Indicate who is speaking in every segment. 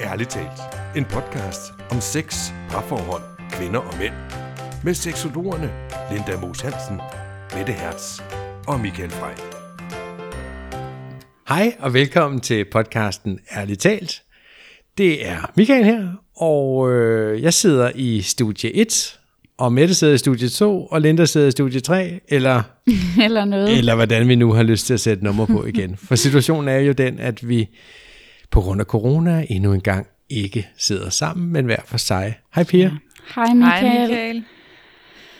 Speaker 1: Ærligt talt. En podcast om sex, parforhold, kvinder og mænd. Med seksologerne Linda Moos Hansen, Mette Hertz og Michael Frey.
Speaker 2: Hej og velkommen til podcasten Ærligt Talt. Det er Michael her, og øh, jeg sidder i studie 1, og Mette sidder i studie 2, og Linda sidder i studie 3, eller,
Speaker 3: eller noget.
Speaker 2: eller hvordan vi nu har lyst til at sætte nummer på igen. For situationen er jo den, at vi på grund af corona endnu en gang ikke sidder sammen, men hver for sig. Hej Pia.
Speaker 3: Hej Michael.
Speaker 4: Hej Michael.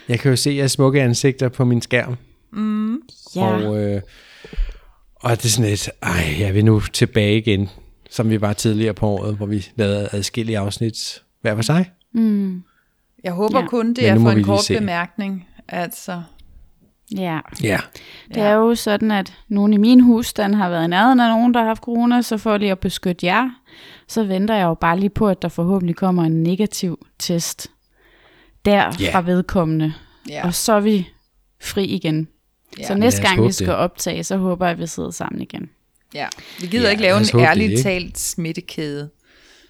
Speaker 2: Jeg kan jo se jeres smukke ansigter på min skærm.
Speaker 3: Ja.
Speaker 2: Og, øh, og det er sådan lidt, ej, jeg vil nu tilbage igen, som vi var tidligere på året, hvor vi lavede adskillige afsnit hver for sig.
Speaker 4: Jeg håber
Speaker 3: Ja.
Speaker 4: ja. kun, det
Speaker 2: Men nu
Speaker 4: er
Speaker 2: må
Speaker 4: for
Speaker 2: vi
Speaker 4: en
Speaker 2: lige
Speaker 4: kort
Speaker 2: se.
Speaker 4: bemærkning. Altså,
Speaker 3: ja.
Speaker 2: Ja.
Speaker 3: Det er jo sådan, at nogen i min husstand har været i nærheden af nogen, der har haft corona, så for lige at beskytte jer, så venter jeg jo bare lige på, at der forhåbentlig kommer en negativ test der
Speaker 2: Ja.
Speaker 3: fra vedkommende.
Speaker 4: ja.
Speaker 3: Og så er vi fri igen.
Speaker 4: Ja.
Speaker 3: Så
Speaker 2: Lad
Speaker 3: næste
Speaker 2: os
Speaker 3: gang
Speaker 2: håbe
Speaker 3: vi
Speaker 2: det.
Speaker 3: skal optage, så håber jeg, at vi sidder sammen igen.
Speaker 4: ja. Vi gider
Speaker 2: Ja,
Speaker 4: ja, ikke lave
Speaker 2: lad os
Speaker 4: en
Speaker 2: håbe det
Speaker 4: ærligt
Speaker 2: ikke.
Speaker 4: talt smittekæde.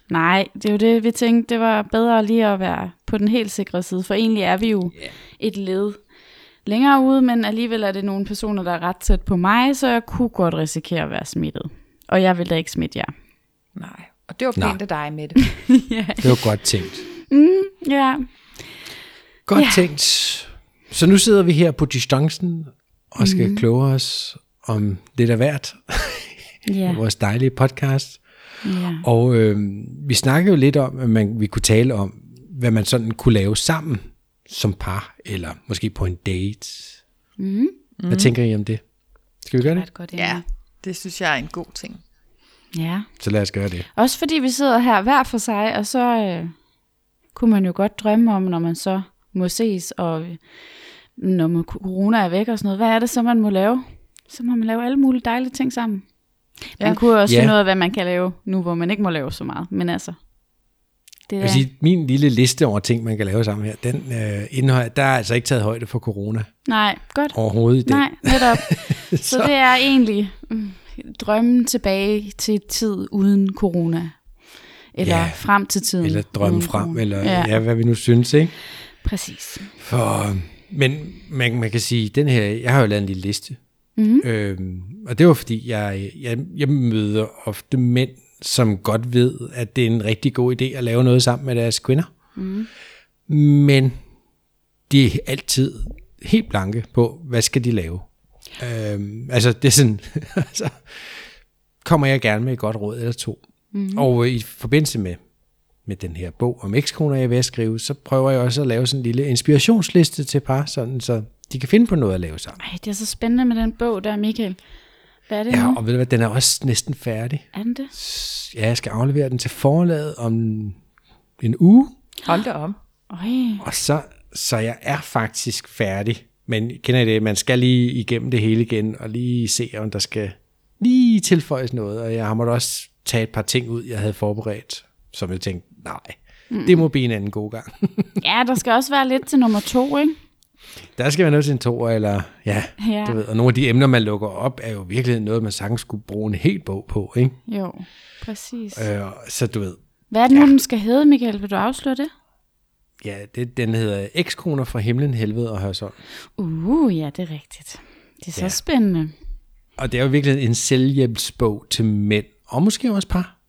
Speaker 3: Nej, det er jo det, vi tænkte, det var bedre lige at være på den helt sikre side, for egentlig er vi jo yeah. et led længere ude, men alligevel er det nogle personer, der er ret tæt på mig, så jeg kunne godt risikere at være smittet. Og jeg vil da ikke smitte jer.
Speaker 4: Nej, og det var
Speaker 2: Nej.
Speaker 4: pænt af dig, Mette.
Speaker 2: Det var godt tænkt.
Speaker 3: Ja,
Speaker 2: Godt ja. tænkt. Så nu sidder vi her på distancen og skal mm. kloge os om lidt af hvert
Speaker 3: ja,
Speaker 2: i vores dejlige podcast.
Speaker 3: ja.
Speaker 2: Og øh, vi snakkede jo lidt om, at man, vi kunne tale om, hvad man sådan kunne lave sammen som par, eller måske på en date. Mm. Hvad tænker I om det? Skal vi gøre
Speaker 3: Det
Speaker 2: det?
Speaker 3: er et godt
Speaker 4: ja,
Speaker 3: ja.
Speaker 4: det synes jeg er en god ting.
Speaker 3: ja.
Speaker 2: Så lad os gøre det.
Speaker 3: Også fordi vi sidder her hver for sig, og så øh, kunne man jo godt drømme om, når man så må ses, og øh, når man, corona er væk og sådan noget, hvad er det så, man må lave? Så må man lave alle mulige dejlige ting sammen. Ja. Man kunne også
Speaker 2: Ja.
Speaker 3: finde ud af, hvad man kan lave nu, hvor man ikke må lave så meget. Men altså, det
Speaker 2: Jeg vil
Speaker 3: er...
Speaker 2: sige, min lille liste over ting, man kan lave sammen her, den øh, indeholder, der er altså ikke taget højde for corona
Speaker 3: Nej, godt.
Speaker 2: overhovedet i den.
Speaker 3: Nej, netop. så, så det er egentlig mm, drømmen tilbage til tid uden corona. Eller
Speaker 2: Ja,
Speaker 3: ja, frem til tiden.
Speaker 2: Eller drømme
Speaker 3: uden
Speaker 2: frem,
Speaker 3: corona.
Speaker 2: eller
Speaker 3: Mm. Ja,
Speaker 2: ja. ja, hvad vi nu synes, ikke?
Speaker 3: præcis.
Speaker 2: For, men man, man kan sige, den her, jeg har jo lavet en lille liste. Mm-hmm. Øhm, og det var fordi, jeg, jeg, jeg møder ofte mænd, som godt ved, at det er en rigtig god idé at lave noget sammen med deres kvinder. Mm. Men de er altid helt blanke på, hvad skal de lave. Øhm, altså, det er sådan, altså, kommer jeg gerne med et godt råd eller to. Mm. Og øh, i forbindelse med med den her bog om ekskoner, jeg vil skrive, så prøver jeg også at lave sådan en lille inspirationsliste til par, sådan så de kan finde på noget at lave sammen.
Speaker 3: Ej, det er så spændende med den bog der, Michael. Hvad er det
Speaker 2: Ja,
Speaker 3: nu?
Speaker 2: og ved du hvad, den er også næsten færdig.
Speaker 3: Er den det?
Speaker 2: S- Ja, jeg skal aflevere den til forlaget om en uge,
Speaker 4: Hold da om.
Speaker 3: Øj,
Speaker 2: og så, så jeg er faktisk færdig. Men kender I det, man skal lige igennem det hele igen, og lige se, om der skal lige tilføjes noget, og jeg har måttet også tage et par ting ud, jeg havde forberedt, som jeg tænkte, nej, det må blive en anden god gang.
Speaker 3: ja, der skal også være lidt til nummer to, ikke?
Speaker 2: Der skal være noget til en toer, eller ja,
Speaker 3: Ja.
Speaker 2: ja, du ved. Og nogle af de emner, man lukker op, er jo virkelig noget, man sagtens skulle bruge en hel bog på, ikke?
Speaker 3: Jo, præcis. Øh.
Speaker 2: Øh, så du ved,
Speaker 3: Hvad er det nu, den skal hedde, Michael? Vil du afsløre det?
Speaker 2: ja, det, den hedder Ekskoner fra himlen, helvede og hørsholm.
Speaker 3: Uh, ja, det er rigtigt. Det er så
Speaker 2: Ja.
Speaker 3: spændende.
Speaker 2: Og det er jo virkelig en selvhjælpsbog til mænd, og måske også par,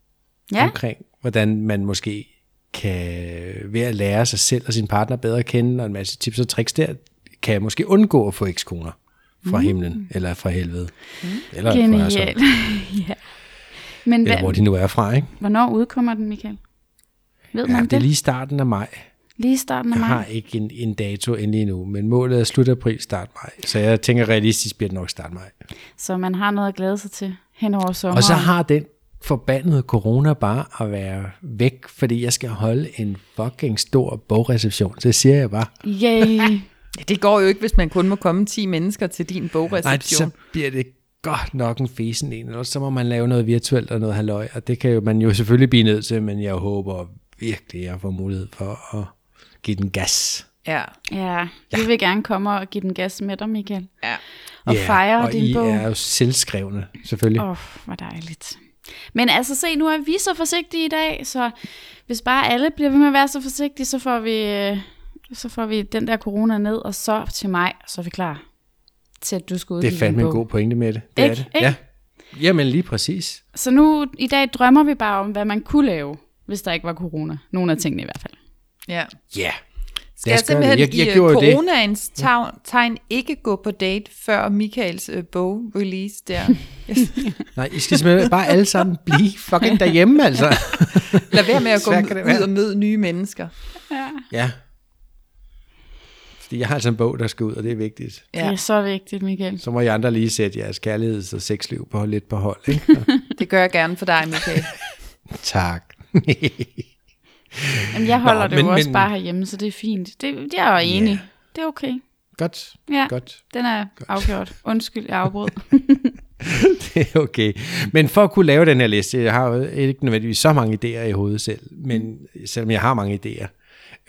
Speaker 3: Ja, okay.
Speaker 2: omkring, hvordan man måske kan, ved at lære sig selv og sin partner bedre at kende, og en masse tips og tricks der, kan måske undgå at få ekskoner fra himlen, eller fra helvede, mm. eller fra
Speaker 3: genial.
Speaker 2: hørsholm,
Speaker 3: ja. Men
Speaker 2: eller hvor
Speaker 3: hvad,
Speaker 2: de nu altså. er fra, ikke?
Speaker 3: hvornår udkommer den, Michael? Ved
Speaker 2: Ja,
Speaker 3: man
Speaker 2: det er lige starten af maj,
Speaker 3: lige starten af
Speaker 2: Jeg har
Speaker 3: maj?
Speaker 2: ikke en, en dato endelig endnu, men målet er slut april, start maj. Så jeg tænker realistisk bliver det nok start maj.
Speaker 3: Så man har noget at glæde sig til hen over sommeren.
Speaker 2: Og så har den forbandede corona bare at være væk, fordi jeg skal holde en fucking stor bogreception. Så siger jeg bare,
Speaker 3: Yay.
Speaker 4: Ja, det går jo ikke, hvis man kun må komme 10 mennesker til din
Speaker 2: nej,
Speaker 4: bogreception.
Speaker 2: så bliver det godt nok en fesen en, eller så må man lave noget virtuelt og noget halløj, og det kan jo man jo selvfølgelig blive nødt til, men jeg håber virkelig, at jeg får mulighed for at give den gas.
Speaker 4: Ja,
Speaker 3: Ja, vi vil gerne komme og give den gas med dig, Michael.
Speaker 4: ja.
Speaker 3: Og
Speaker 2: Ja,
Speaker 3: fejre
Speaker 2: og
Speaker 3: din
Speaker 2: I
Speaker 3: bog.
Speaker 2: er jo selvskrevne, selvfølgelig.
Speaker 3: Åh, oh, hvor dejligt. Men altså se, nu er vi så forsigtige i dag, så hvis bare alle bliver ved med at være så forsigtige, så får vi, øh, så får vi den der corona ned, og så til mig, så er vi klar til, at du skal ud
Speaker 2: Det er fandme en god pointe med det. Det er
Speaker 3: Ikke?
Speaker 2: det.
Speaker 3: Ikke?
Speaker 2: Ja. Jamen lige præcis.
Speaker 3: Så nu, i dag drømmer vi bare om, hvad man kunne lave, hvis der ikke var corona. Nogle af tingene i hvert fald.
Speaker 4: Ja.
Speaker 2: Ja. Yeah.
Speaker 4: Skal jeg simpelthen jeg, jeg i øh,
Speaker 2: gjorde jo det.
Speaker 4: coronaens tegn, tegn ikke gå på date før Michaels øh, bog-release der?
Speaker 2: Nej, I skal simpelthen bare alle sammen blive fucking derhjemme, altså.
Speaker 4: Lad være med at gå
Speaker 2: Svært kan det være.
Speaker 4: ud og møde nye mennesker.
Speaker 2: ja. Fordi jeg har altså en bog, der skal ud, og det er vigtigt.
Speaker 3: Ja. Det er
Speaker 4: Ja,
Speaker 3: så vigtigt, Michael.
Speaker 2: Så må I andre lige sætte jeres kærligheds- og sexliv på lidt på hold, ikke?
Speaker 4: det gør jeg gerne for dig, Michael.
Speaker 2: tak.
Speaker 3: Jamen, jeg
Speaker 2: Nå,
Speaker 3: holder Nå, det
Speaker 2: men-
Speaker 3: jo også
Speaker 2: men-
Speaker 3: bare herhjemme, så det er fint. Det, det er jeg jo enig.
Speaker 2: Ja.
Speaker 3: Det er okay.
Speaker 2: Godt.
Speaker 3: Ja,
Speaker 2: Godt.
Speaker 3: den er Godt. afgjort. Undskyld, jeg afbrød.
Speaker 2: Det er okay. Men for at kunne lave den her liste, jeg har jo ikke nødvendigvis så mange idéer i hovedet selv, men selvom jeg har mange idéer,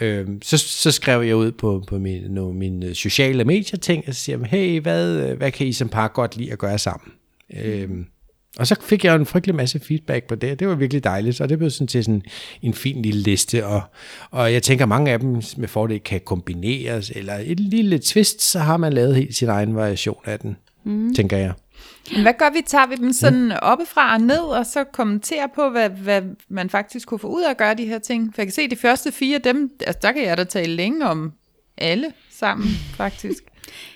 Speaker 2: øh, så, så skrev jeg ud på, på min, nogle, mine sociale medier ting, og så siger jeg, hey, hvad, øh, hvad kan I som par godt lide at gøre sammen? Øh, og så fik jeg jo en frygtelig masse feedback på det, og det var virkelig dejligt, og det blev sådan til sådan en fin lille liste, og, og jeg tænker, mange af dem med fordel kan kombineres, eller et lille twist, så har man lavet helt sin egen variation af den, mm. tænker jeg.
Speaker 4: Men hvad gør vi? Tager vi dem sådan oppefra og ned, og så kommenterer på, hvad, hvad man faktisk kunne få ud af at gøre de her ting? For jeg kan se, de første fire, dem, altså, der kan jeg da tale længe om alle sammen, faktisk.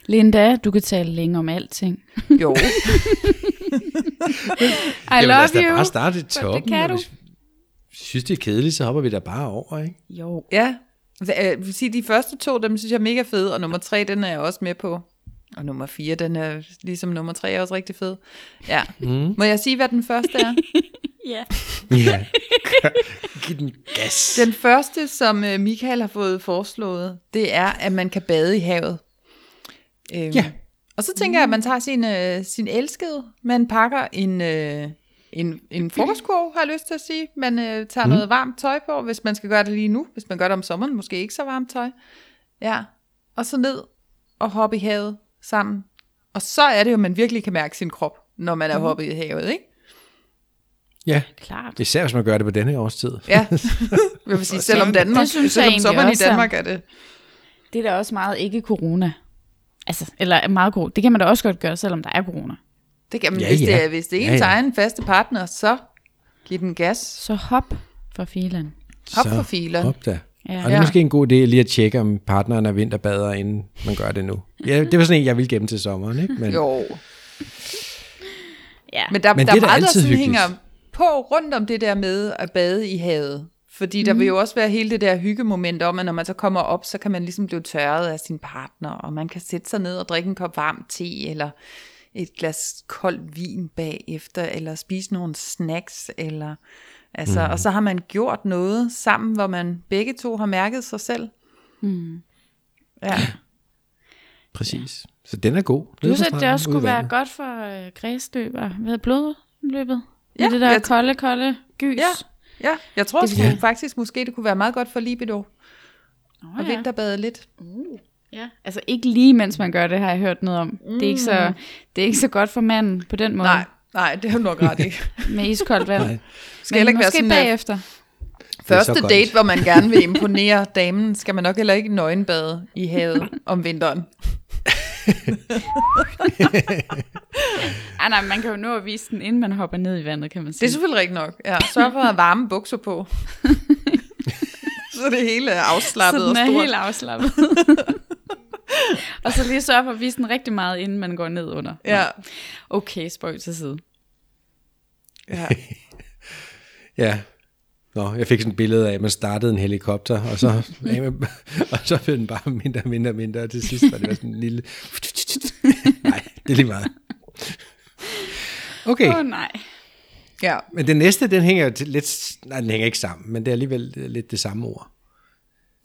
Speaker 3: Linda, du kan tale længe om alting.
Speaker 4: Jo,
Speaker 3: I
Speaker 2: Jamen,
Speaker 4: altså,
Speaker 2: lad os
Speaker 3: love
Speaker 2: da
Speaker 3: you.
Speaker 2: bare starte i toppen.
Speaker 3: kan
Speaker 2: og
Speaker 3: du.
Speaker 2: Hvis vi synes, det er kedeligt, så hopper vi da bare over, ikke?
Speaker 3: Jo.
Speaker 4: ja. Så, øh, Jeg vil sige, de første to, dem synes jeg er mega fede, og nummer tre, den er jeg også med på. Og nummer fire, den er ligesom nummer tre, er også rigtig fed. Ja. Mm. Må jeg sige, hvad den første er?
Speaker 3: Ja.
Speaker 2: Ja. Giv den gas.
Speaker 4: Den første, som øh, Michael har fået foreslået, det er, at man kan bade i havet. Øhm,
Speaker 2: Ja.
Speaker 4: Og så tænker jeg, at
Speaker 3: Mm.
Speaker 4: man tager sin, øh, sin elskede, man pakker en, øh, en, en frokostkurv, har jeg lyst til at sige. Man øh, tager mm. noget varmt tøj på, hvis man skal gøre det lige nu. Hvis man gør det om sommeren, måske ikke så varmt tøj. Ja. Og så ned og hoppe i havet sammen. Og så er det jo, at man virkelig kan mærke sin krop, når man er mm. hoppet i havet, ikke?
Speaker 2: Ja.
Speaker 3: Klart.
Speaker 2: Især hvis man gør det på denne her årstid.
Speaker 4: Ja, jeg vil sige, selvom Danmark,
Speaker 3: Det synes jeg
Speaker 4: selvom
Speaker 3: egentlig
Speaker 4: sommeren i
Speaker 3: også er-
Speaker 4: Danmark er det.
Speaker 3: Det er da også meget ikke corona. Altså, eller er meget god. Det kan man da også godt gøre, selvom der er corona.
Speaker 4: Det kan man, ja,
Speaker 2: Ja,
Speaker 4: hvis,
Speaker 2: ja.
Speaker 4: det er, hvis det er ens
Speaker 2: Ja,
Speaker 4: ja,
Speaker 2: ja.
Speaker 4: egen faste partner, så giv den gas.
Speaker 3: Så hop for filen.
Speaker 4: Hop for filer.
Speaker 2: Hop da.
Speaker 3: Ja.
Speaker 2: Ja. Og det er
Speaker 4: Ja.
Speaker 2: måske en god idé lige at tjekke, om partneren er vinterbader, inden man gør det nu. Ja, det var sådan en, jeg ville gemme til sommeren, ikke? Men,
Speaker 4: Jo.
Speaker 3: Ja.
Speaker 4: Men der,
Speaker 2: Men
Speaker 4: der
Speaker 2: det er
Speaker 4: er
Speaker 2: da
Speaker 4: meget, der
Speaker 2: altid
Speaker 4: sådan
Speaker 2: hyggeligt.
Speaker 4: hænger på rundt om det der med at bade i havet. Fordi der vil jo også være hele det der hyggemoment om, at når man så kommer op, så kan man ligesom blive tørret af sin partner, og man kan sætte sig ned og drikke en kop varm te, eller et glas kold vin bagefter, eller spise nogle snacks, eller altså,
Speaker 2: Mhm.
Speaker 4: mm. og så har man gjort noget sammen, hvor man begge to har mærket sig selv. Mm. Ja.
Speaker 2: Præcis. Så den er god.
Speaker 3: Du
Speaker 2: Nede
Speaker 3: synes,
Speaker 2: på
Speaker 3: at det
Speaker 2: stranden,
Speaker 3: også skulle
Speaker 2: ude i
Speaker 3: være
Speaker 2: vandet.
Speaker 3: godt for øh, græsløber. Hvad hedder blodløbet?
Speaker 4: Ja,
Speaker 3: Ja, det der
Speaker 4: jeg-
Speaker 3: kolde, kolde gys.
Speaker 4: Ja, ja. jeg tror
Speaker 3: Det
Speaker 4: sgu ja. faktisk måske, det kunne være meget godt for libido
Speaker 3: Nå,
Speaker 4: at
Speaker 3: ja.
Speaker 4: vinterbade lidt.
Speaker 3: Ja. Altså ikke lige, mens man gør det, har jeg hørt noget om. Mm. Det, er ikke så, det er ikke så godt for manden på den måde.
Speaker 4: Nej, nej, det er jo nok ret ikke.
Speaker 3: Med iskoldt vand.
Speaker 2: Nej.
Speaker 4: Skal heller
Speaker 3: Men
Speaker 4: ikke være
Speaker 3: måske
Speaker 4: sådan, at
Speaker 3: bagefter.
Speaker 4: første
Speaker 2: Det er så
Speaker 4: date,
Speaker 2: godt.
Speaker 4: hvor man gerne vil imponere damen, skal man nok heller ikke nøgenbade i havet om vinteren.
Speaker 3: Ej, nej, man kan jo nå at vise den, inden man hopper ned i vandet, kan man
Speaker 4: Det
Speaker 3: sige.
Speaker 4: er selvfølgelig rigtigt nok. Ja, sørg for at have varme bukser på. Så det hele er afslappet
Speaker 3: så den
Speaker 4: og
Speaker 3: er
Speaker 4: stort.
Speaker 3: helt afslappet. og så lige sørge for at vise den rigtig meget, inden man går ned under.
Speaker 4: Ja,
Speaker 3: Okay, spøg til side.
Speaker 4: ja.
Speaker 2: Ja. Nå, jeg fik sådan et billede af, at man startede en helikopter, og så, og så blev den bare mindre og mindre og mindre, og til sidst var det bare sådan en lille... Nej, det er lige meget.
Speaker 3: Åh
Speaker 2: Okay,
Speaker 3: oh, nej.
Speaker 4: ja.
Speaker 2: men den næste, den hænger jo til lidt... Nej, den hænger ikke sammen, men det er alligevel lidt det samme ord.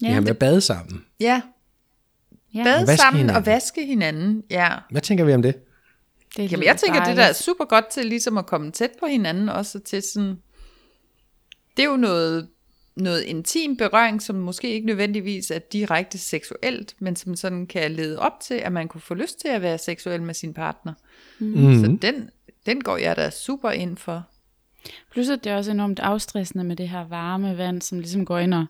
Speaker 2: Ja, det her med at bade sammen.
Speaker 4: ja.
Speaker 3: Ja.
Speaker 4: Bade
Speaker 2: Vaske
Speaker 4: sammen og
Speaker 2: hinanden.
Speaker 4: vaske hinanden, ja.
Speaker 2: Hvad tænker vi om det?
Speaker 3: det
Speaker 4: Jamen,
Speaker 3: lyder
Speaker 4: jeg tænker, det der er
Speaker 3: dejligt.
Speaker 4: super godt til ligesom at komme tæt på hinanden, også til sådan, det er jo noget, noget intim berøring, som måske ikke nødvendigvis er direkte seksuelt, men som sådan kan lede op til, at man kunne få lyst til at
Speaker 2: Mm-hmm.
Speaker 4: være seksuel med sin partner. Mm. Så den, den går jeg da super ind for.
Speaker 3: Plus at det er også enormt afstressende med det her varme vand, som ligesom går ind og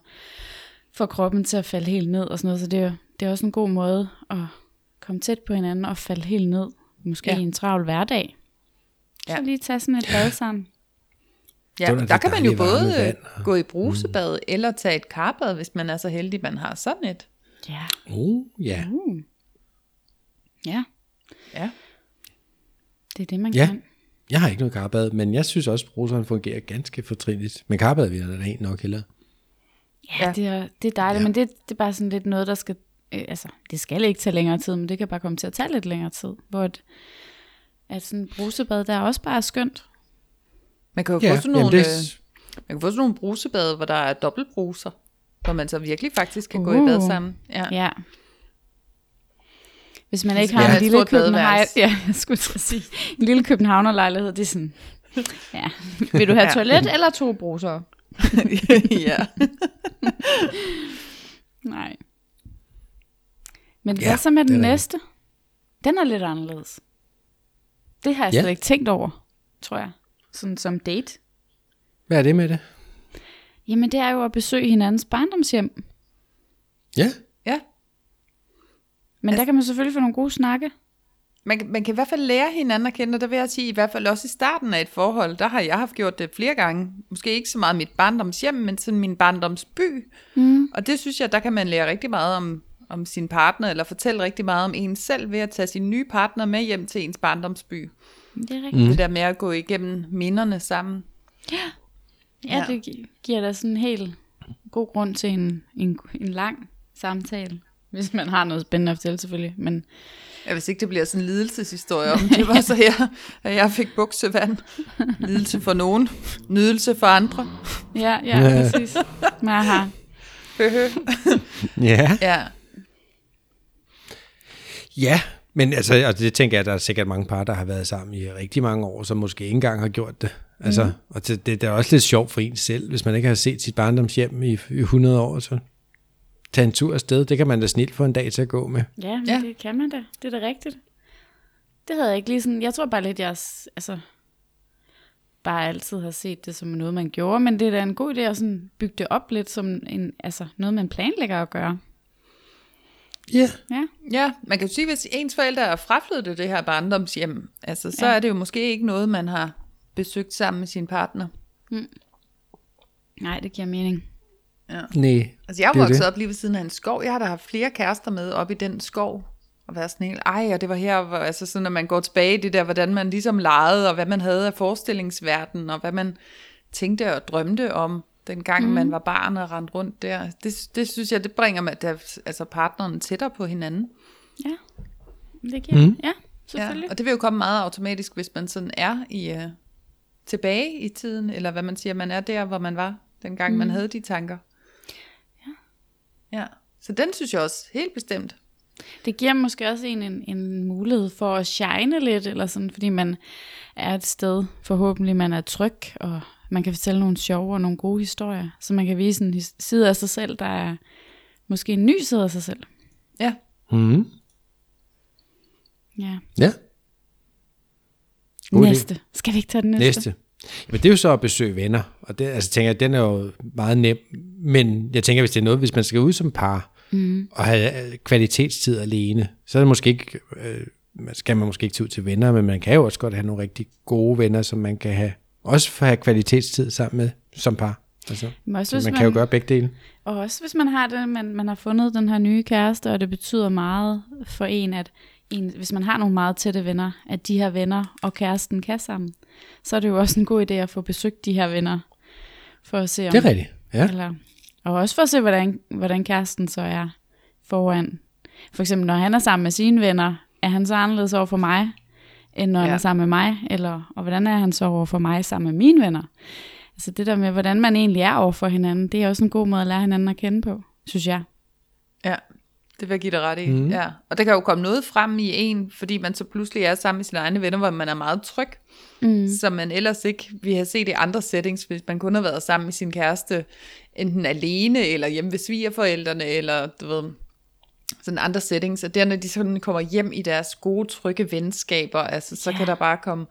Speaker 3: får kroppen til at falde helt ned og sådan noget. Så det er, jo- det er også en god måde at komme tæt på hinanden og falde helt ned. Måske
Speaker 4: Ja.
Speaker 3: ja. i en travl hverdag. Så
Speaker 4: Ja.
Speaker 3: lige tage sådan et bad sammen.
Speaker 4: Ja,
Speaker 2: Det var
Speaker 4: og
Speaker 2: altså
Speaker 4: der kan man jo
Speaker 2: dejligt varme
Speaker 4: både øh,
Speaker 2: vand, og-
Speaker 4: gå i brusebad mm. eller tage et karbad, hvis man er så heldig, man har sådan et.
Speaker 3: Ja.
Speaker 2: Uh, ja.
Speaker 3: Ja,
Speaker 4: Ja.
Speaker 3: det er det, man
Speaker 2: Ja.
Speaker 3: kan.
Speaker 2: Jeg har ikke noget karbad, men jeg synes også, at bruseren fungerer ganske fortrinligt. Men karbad vil jeg da rent nok hellere.
Speaker 3: Ja,
Speaker 4: Ja.
Speaker 3: det er, det er dejligt, ja. men det, det er bare sådan lidt noget, der skal... Øh, altså, det skal ikke tage længere tid, men det kan bare komme til at tage lidt længere tid. Hvor et, at sådan en brusebad, der er også bare skønt.
Speaker 4: Man kan jo
Speaker 2: Ja,
Speaker 4: få sådan
Speaker 2: jamen
Speaker 4: nogle,
Speaker 2: det,
Speaker 4: det... øh, man kan få sådan nogle brusebade, hvor der er dobbeltbruser, hvor man så virkelig faktisk kan uh. gå
Speaker 3: Uh.
Speaker 4: i bad sammen. Ja.
Speaker 3: Ja. Hvis man ikke
Speaker 4: skal
Speaker 3: har
Speaker 4: have
Speaker 3: en
Speaker 4: et
Speaker 3: lille
Speaker 4: stort
Speaker 3: København...
Speaker 4: badeværelse.
Speaker 3: Ja, jeg skulle til at sige. En lille københavnerlejlighed, det er sådan... Ja. Vil du have
Speaker 4: Ja.
Speaker 3: toilet eller to bruser?
Speaker 4: ja.
Speaker 3: Nej. Men
Speaker 2: Ja,
Speaker 3: ja, hvad så med
Speaker 2: det er
Speaker 3: den
Speaker 2: rigtigt.
Speaker 3: næste? Den er lidt anderledes. Det har jeg
Speaker 2: Ja.
Speaker 3: slet ikke tænkt over, tror jeg. Sådan som date.
Speaker 2: Hvad er det med det?
Speaker 3: Jamen det er jo at besøge hinandens barndomshjem.
Speaker 2: Ja,
Speaker 4: ja.
Speaker 3: Men der kan man selvfølgelig få nogle gode snakke.
Speaker 4: Man, kan- man kan i hvert fald lære hinanden at kende, og der vil jeg sige, i hvert fald også i starten af et forhold, der har jeg haft gjort det flere gange. Måske ikke så meget mit barndomshjem, men sådan min barndomsby. Mm. Og det synes jeg, der kan man lære rigtig meget om, om sin partner, eller fortælle rigtig meget om en selv, ved at tage sin nye partner med hjem til ens barndomsby.
Speaker 3: Det er rigtigt. Mm.
Speaker 4: Det der med at gå igennem minderne sammen.
Speaker 3: Ja,
Speaker 4: Ja.
Speaker 3: det gi- giver da sådan en helt god grund til en, en, en lang samtale. Hvis man har noget spændende at fortælle selvfølgelig. Men
Speaker 4: Ja, hvis ikke det bliver sådan en lidelseshistorie om, det var så her, at jeg fik buksevand. Lidelse for nogen, nydelse for andre.
Speaker 3: ja, ja,
Speaker 2: Ja.
Speaker 3: præcis. Men jeg har
Speaker 2: ja.
Speaker 4: ja.
Speaker 2: Ja, men altså, og det tænker jeg, at der er sikkert mange par, der har været sammen i rigtig mange år, som måske ikke engang har gjort det. Altså, mm. Og det, det, det er også lidt sjovt for en selv, hvis man ikke har set sit barndomshjem i, i 100 år, så tage en tur afsted. Det kan man da snilt få en dag til at gå med.
Speaker 3: Ja, men
Speaker 4: Ja.
Speaker 3: ja. det kan man da. Det er da rigtigt. Det havde jeg ikke lige sådan... Jeg tror bare lidt, jeg s- altså, bare altid har set det som noget, man gjorde. Men det er da en god idé at sådan bygge det op lidt som en, altså, noget, man planlægger at gøre.
Speaker 2: Ja.
Speaker 3: Ja,
Speaker 4: Ja, man kan jo sige, hvis ens forældre er fraflyttet det her barndomshjem, altså, så
Speaker 3: Ja.
Speaker 4: ja. er det jo måske ikke noget, man har besøgt sammen med sin partner.
Speaker 3: nej, det giver mening.
Speaker 2: Nej.
Speaker 4: Altså, jeg er
Speaker 2: Det er
Speaker 4: vokset
Speaker 2: det.
Speaker 4: op lige ved siden af en skov. Jeg har da haft flere kærester med op i den skov. Og været sådan helt, ej, og det var her, hvor, altså sådan, når man går tilbage i det der, hvordan man ligesom legede, og hvad man havde af forestillingsverden, og hvad man tænkte og drømte om,
Speaker 2: Mhm.
Speaker 4: dengang mm. man var barn og rendte rundt der. Det, det synes jeg, det bringer mig, der, altså partneren tættere på hinanden.
Speaker 3: Ja, det giver mm. Ja,
Speaker 4: Ja,
Speaker 3: selvfølgelig.
Speaker 4: og det vil jo komme meget automatisk, hvis man sådan er i øh, tilbage i tiden, eller hvad man siger, man er der, hvor man var, dengang mm. man havde de tanker. Ja. ja. Så den synes jeg også, helt bestemt.
Speaker 3: Det giver måske også en, en, en mulighed for at shine lidt, eller sådan, fordi man er et sted, forhåbentlig man er tryg, og man kan fortælle nogle sjove og nogle gode historier, så man kan vise en his- side af sig selv, der er måske en ny side af sig selv.
Speaker 4: Ja.
Speaker 2: Mm.
Speaker 3: Ja.
Speaker 2: Ja. God idé.
Speaker 3: Næste. Skal vi ikke tage den næste?
Speaker 2: Næste. Men det er jo så at besøge venner, og det, altså, tænker jeg, den er jo meget nem, men jeg tænker, hvis det er noget, hvis man skal ud som par, mm. og have øh, kvalitetstid alene, så er det måske ikke, øh, man- skal man måske ikke tage ud til venner, men man kan jo også godt have nogle rigtig gode venner, som man kan have, også for at have kvalitetstid sammen med som par. Altså,
Speaker 3: Men også,
Speaker 2: så
Speaker 3: hvis
Speaker 2: man kan jo gøre begge dele.
Speaker 3: Og også hvis man har det, man, man har fundet den her nye kæreste, og det betyder meget for en, at en, hvis man har nogle meget tætte venner, at de her venner og kæresten kan sammen, så er det jo også en god idé at få besøgt de her venner, for at se om...
Speaker 2: Det er rigtigt. Ja.
Speaker 3: Eller, og også for at se, hvordan, hvordan kæresten så er foran. For eksempel, når han er sammen med sine venner, er han så anderledes over for mig, end når ja. han
Speaker 4: Ja.
Speaker 3: er sammen med mig? Eller, og hvordan er han så over for mig sammen med mine venner? Altså det der med, hvordan man egentlig er over for hinanden, det er også en god måde at lære hinanden at kende på, synes jeg.
Speaker 4: Ja, det vil jeg give dig ret i. Mm. Ja. Og der kan jo komme noget frem i en, fordi man så pludselig er sammen med sine egne venner, hvor man er meget tryg, mm. som man ellers ikke ville have set i andre settings, hvis man kun har været sammen med sin kæreste, enten alene, eller hjemme ved svigerforældrene, eller du ved, sådan andre settings, og der når de sådan kommer hjem i deres gode, trygge venskaber, altså så
Speaker 3: Ja.
Speaker 4: yeah. kan der bare komme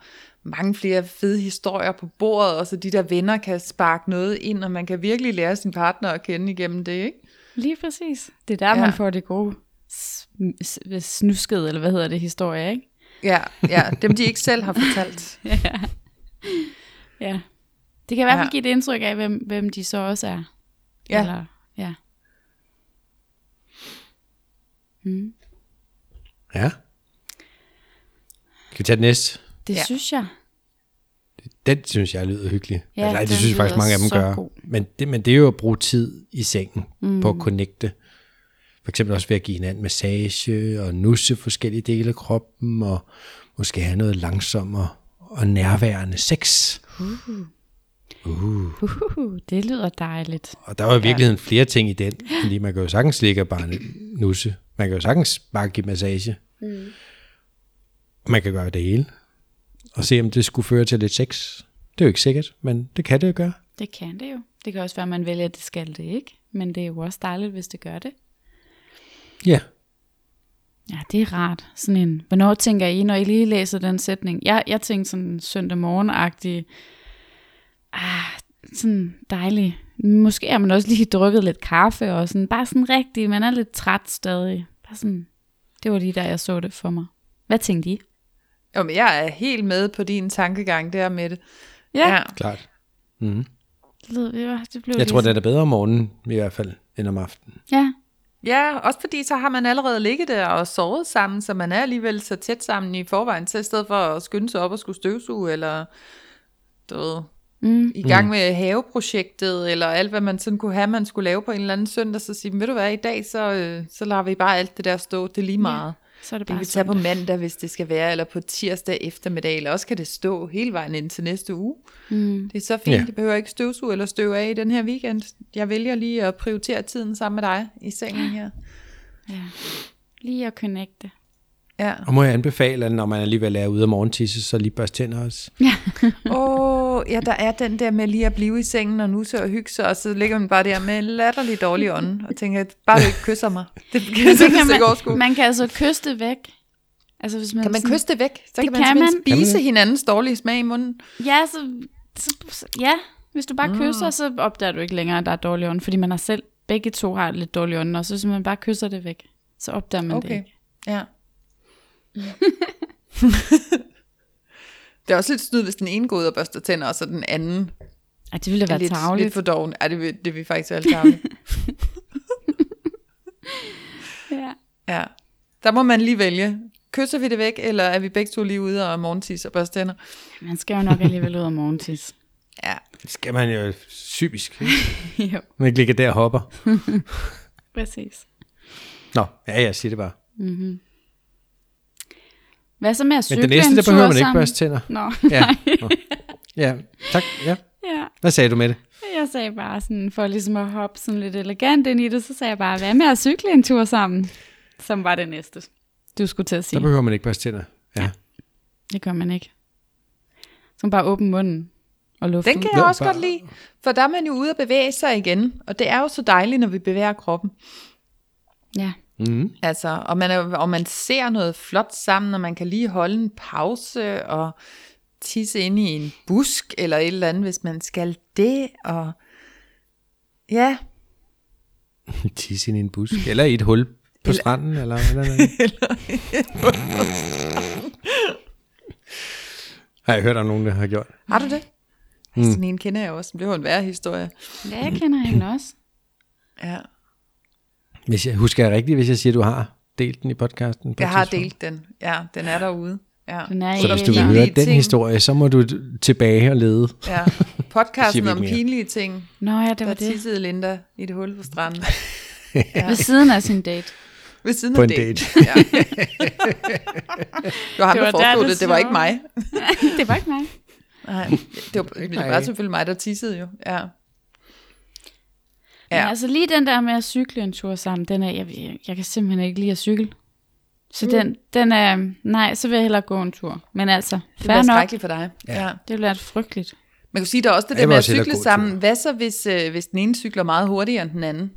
Speaker 4: mange flere fede historier på bordet, og så de der venner kan sparke noget ind, og man kan virkelig lære sin partner at kende igennem det, ikke?
Speaker 3: Lige præcis. Det er der,
Speaker 4: Ja.
Speaker 3: ja. man får det gode s- s- snuskede, eller hvad hedder det, historie, ikke?
Speaker 4: Ja, ja, dem de ikke selv har fortalt.
Speaker 3: Ja. Det kan i hvert fald
Speaker 4: Ja.
Speaker 3: give et indtryk af, hvem, hvem de så også er.
Speaker 4: Ja.
Speaker 3: Eller, ja. Mm.
Speaker 2: Ja. Kan vi tage den næste?
Speaker 3: Det
Speaker 4: Ja.
Speaker 3: ja. synes jeg.
Speaker 2: Den synes jeg lyder hyggelig.
Speaker 3: Ja,
Speaker 2: Ja, Nej, det
Speaker 3: den
Speaker 2: synes jeg faktisk
Speaker 3: lyder
Speaker 2: mange af dem
Speaker 3: så
Speaker 2: gør.
Speaker 3: god.
Speaker 2: Men det, men det er jo at bruge tid i sengen mm. på at connecte. For eksempel også ved at give hinanden massage og nusse forskellige dele af kroppen og måske have noget langsommere og nærværende sex.
Speaker 3: Uh, det lyder dejligt.
Speaker 2: Og der var i virkeligheden flere ting i den, fordi man kan jo sagtens ligge og bare nusse. Man kan jo sagtens bare give massage. Mm. Man kan gøre det hele. Og se, om det skulle føre til lidt sex. Det er jo ikke sikkert, men det kan det jo gøre.
Speaker 3: Det kan det jo. Det kan også være, at man vælger, at det skal det ikke. Men det er jo også dejligt, hvis det gør det.
Speaker 2: Ja. Yeah.
Speaker 3: Ja, det er rart. Sådan en, hvornår tænker I, når I lige læser den sætning? Jeg, jeg tænkte sådan søndag morgen-agtig, ah, sådan dejlig. Måske har man også lige drukket lidt kaffe og sådan, bare sådan rigtig, man er lidt træt stadig. Bare sådan, det var lige der, jeg så det for mig. Hvad tænkte I?
Speaker 4: Jo, men jeg er helt med på din tankegang der med det.
Speaker 2: Klart.
Speaker 3: Det, lød, det, var, det blev
Speaker 2: Jeg tror,
Speaker 3: lige
Speaker 2: det er bedre om morgenen, i hvert fald, end om aftenen.
Speaker 3: sådan- Ja,
Speaker 4: Ja, også fordi så har man allerede ligget der og sovet sammen, så man er alligevel så tæt sammen i forvejen, så i stedet for at skynde sig op og skulle støvsuge, eller du ved, mm. i gang med haveprojektet, eller alt hvad man sådan kunne have, man skulle lave på en eller anden søndag, så sige, ved du hvad, i dag, så, øh, så lader vi bare alt det der stå, det er lige meget.
Speaker 3: så er det
Speaker 4: Det
Speaker 3: bare
Speaker 4: kan vi tage på
Speaker 3: søndag.
Speaker 4: mandag, hvis det skal være, eller på tirsdag eftermiddag, eller også kan det stå hele vejen ind til næste uge. Mm. Det er så fint,
Speaker 2: Ja.
Speaker 4: ja. det behøver ikke støvsuge eller støve af i den her weekend. Jeg vælger lige at prioritere tiden sammen med dig i sengen her.
Speaker 3: Lige at connecte.
Speaker 4: Ja.
Speaker 2: Og må jeg anbefale, at når man alligevel er ude af morgentisse, så lige børste tænder også.
Speaker 4: Åh, oh, ja, der er den der med lige at blive i sengen og nusse og hygge sig, og så ligger man bare der med en latterlig dårlig ånd, og tænker, at bare du ikke kysser mig. Det kan jeg
Speaker 3: Det
Speaker 4: simpelthen ikke
Speaker 3: man,
Speaker 4: overskue.
Speaker 3: man kan altså kysse det væk. Altså, hvis man
Speaker 4: Kan man
Speaker 3: sådan-
Speaker 4: kysse det væk? Så
Speaker 3: Det
Speaker 4: kan man,
Speaker 3: kan
Speaker 4: simpelthen
Speaker 3: man.
Speaker 4: spise hinandens dårlige smag i munden.
Speaker 3: Ja, så, så, så ja, hvis du bare mm. kysser, så opdager du ikke længere, at der er dårlig ånd, fordi man har selv, begge to har lidt dårlig ånd, og så hvis man bare kysser det væk, så opdager man det
Speaker 4: Okay,
Speaker 3: ikke.
Speaker 4: ja. det er også lidt snyd, hvis den ene går ud og børster tænder, og så den anden
Speaker 3: Ej, det ville da
Speaker 4: er
Speaker 3: være
Speaker 4: lidt, lidt
Speaker 3: tavligt.
Speaker 4: for doven. Ja, det vil, det vil faktisk være lidt tarveligt.
Speaker 3: Ja.
Speaker 4: Ja. Der må man lige vælge. Kysser vi det væk, eller er vi begge to lige ude og morgentis og børste tænder?
Speaker 3: Man skal jo nok alligevel ud af morgentis.
Speaker 4: Ja,
Speaker 2: Det skal man jo psykisk.
Speaker 3: jo,
Speaker 2: Man ikke ligger der og hopper.
Speaker 3: præcis.
Speaker 2: Nå, ja, jeg siger det bare.
Speaker 3: Hvad så med at cykle
Speaker 2: Men det næste,
Speaker 3: en
Speaker 2: der
Speaker 3: tur
Speaker 2: behøver man ikke
Speaker 3: sammen?
Speaker 2: børste tænder.
Speaker 3: Nå,
Speaker 2: Ja. Nå. ja, tak. Ja.
Speaker 3: ja.
Speaker 2: Hvad sagde du med det?
Speaker 3: Jeg sagde bare sådan, for ligesom at hoppe sådan lidt elegant ind i det, så sagde jeg bare, hvad med at cykle en tur sammen? Som var det næste, du skulle til at
Speaker 2: Der
Speaker 3: sige.
Speaker 2: behøver man ikke børste tænder. Ja.
Speaker 3: Det gør man ikke. Så kan man bare åbne munden og luften.
Speaker 4: den kan
Speaker 2: Nå,
Speaker 4: jeg også
Speaker 2: bare-
Speaker 4: godt lide. For der er man jo ude og bevæge sig igen, og det er jo så dejligt, når vi bevæger kroppen.
Speaker 3: Ja.
Speaker 2: Mm.
Speaker 4: Altså, og man, er, og man ser noget flot sammen, og man kan lige holde en pause og tisse ind i en busk eller et eller andet, hvis man skal det. Og ja,
Speaker 2: Tisse ind i en busk. Eller i et hul på stranden. Eller, eller, eller. Har jeg hørt om nogen, der har gjort?
Speaker 4: har du det? Mm. Sådan en kender jeg også, det var en værre historie.
Speaker 3: Ja, jeg kender hende også.
Speaker 4: Ja.
Speaker 2: Hvis jeg, husker jeg rigtigt, hvis jeg siger, at du har delt den i podcasten? på et
Speaker 4: Jeg har
Speaker 2: tidspunkt?
Speaker 4: delt den. Ja, den er derude. Ja.
Speaker 3: Den er
Speaker 2: Så
Speaker 3: i-
Speaker 2: hvis du vil
Speaker 3: Ja.
Speaker 2: høre
Speaker 4: Pinlige
Speaker 2: den
Speaker 4: ting.
Speaker 2: historie, så må du t- tilbage og lede.
Speaker 4: Ja.
Speaker 2: Det siger
Speaker 4: Podcasten
Speaker 2: vi
Speaker 4: om
Speaker 2: ikke mere.
Speaker 4: pinlige ting.
Speaker 3: Nå ja, det
Speaker 4: Der
Speaker 3: var det.
Speaker 4: tissede Linda i et hul på stranden.
Speaker 3: Ved siden af sin date.
Speaker 4: Ved siden
Speaker 2: På
Speaker 4: af
Speaker 2: en
Speaker 4: det.
Speaker 2: date.
Speaker 4: Det var ham,
Speaker 3: Det
Speaker 4: der
Speaker 3: var der,
Speaker 4: foreslog
Speaker 3: det
Speaker 4: det. Det var ikke
Speaker 3: slår.
Speaker 4: mig.
Speaker 3: det var ikke mig.
Speaker 4: Nej, det var, det var selvfølgelig mig, der tissede jo. Ja.
Speaker 3: Ja. Men
Speaker 4: Ja.
Speaker 3: altså lige den der med at cykle en tur sammen, den er, jeg, jeg, jeg kan simpelthen ikke lide at cykle. Så mm. den, den er, nej, så vil jeg hellere gå en tur. Men altså,
Speaker 4: Det var
Speaker 3: fair nok.
Speaker 4: skrækkeligt for dig. Ja. ja.
Speaker 3: Det ville være frygteligt.
Speaker 4: Man kunne sige, der er også det
Speaker 2: Jeg
Speaker 4: der
Speaker 2: vil
Speaker 4: med at
Speaker 2: også hellere
Speaker 4: cykle
Speaker 2: gå
Speaker 4: sammen.
Speaker 2: tur.
Speaker 4: Hvad så, hvis, øh, hvis den ene cykler meget hurtigere end den anden?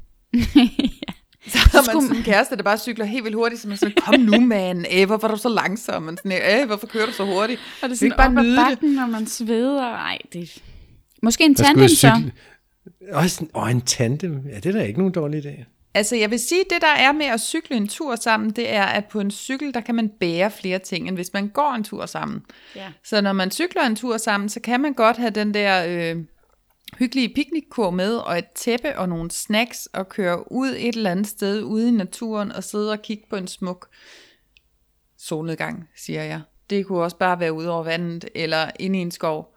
Speaker 4: Så har man
Speaker 3: skulle-
Speaker 4: sådan en kæreste, der bare cykler helt vildt hurtigt, så man er sådan, kom nu, man, Æh, hvorfor er du så langsom? Man sådan, Æh, hvorfor kører du så hurtigt?
Speaker 3: Og det er
Speaker 4: Vil
Speaker 3: sådan
Speaker 4: ikke bare
Speaker 3: op ad
Speaker 4: nyde det?
Speaker 3: bakken, når man sveder. Nej, det Måske en
Speaker 2: Der skulle
Speaker 3: tandem
Speaker 2: jeg
Speaker 3: så.
Speaker 2: cykle. Også sådan, åh, en tandem. Ja, det er da ikke nogen dårlig idé.
Speaker 4: Altså, jeg vil sige, det der er med at cykle en tur sammen, det er, at på en cykel, der kan man bære flere ting, end hvis man går en tur sammen.
Speaker 3: Ja.
Speaker 4: Så når man cykler en tur sammen, så kan man godt have den der øh, hyggelige piknikkur med, og et tæppe og nogle snacks, og køre ud et eller andet sted ude i naturen, og sidde og kigge på en smuk solnedgang, siger jeg. Det kunne også bare være ude over vandet, eller inde i en skov.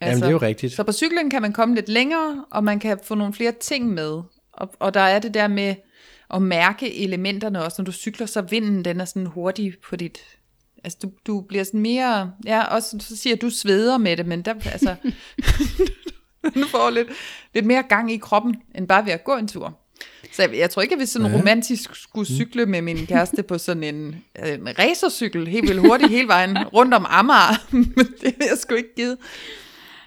Speaker 4: Altså,
Speaker 2: Jamen, det er jo rigtigt.
Speaker 4: Så på cyklen kan man komme lidt længere, og man kan få nogle flere ting med. Og, og der er det der med at mærke elementerne også. Når du cykler, så vinden den er sådan hurtig på dit... Altså, du, du bliver sådan mere... Ja, også så siger jeg, du sveder med det, men der, altså, du får lidt, lidt mere gang i kroppen, end bare ved at gå en tur. Så jeg, jeg tror ikke, at vi sådan ja. Mm. romantisk skulle cykle med min kæreste på sådan en, øh, en racercykel, helt vildt hurtigt hele vejen rundt om Amager. Men det vil jeg sgu ikke givet.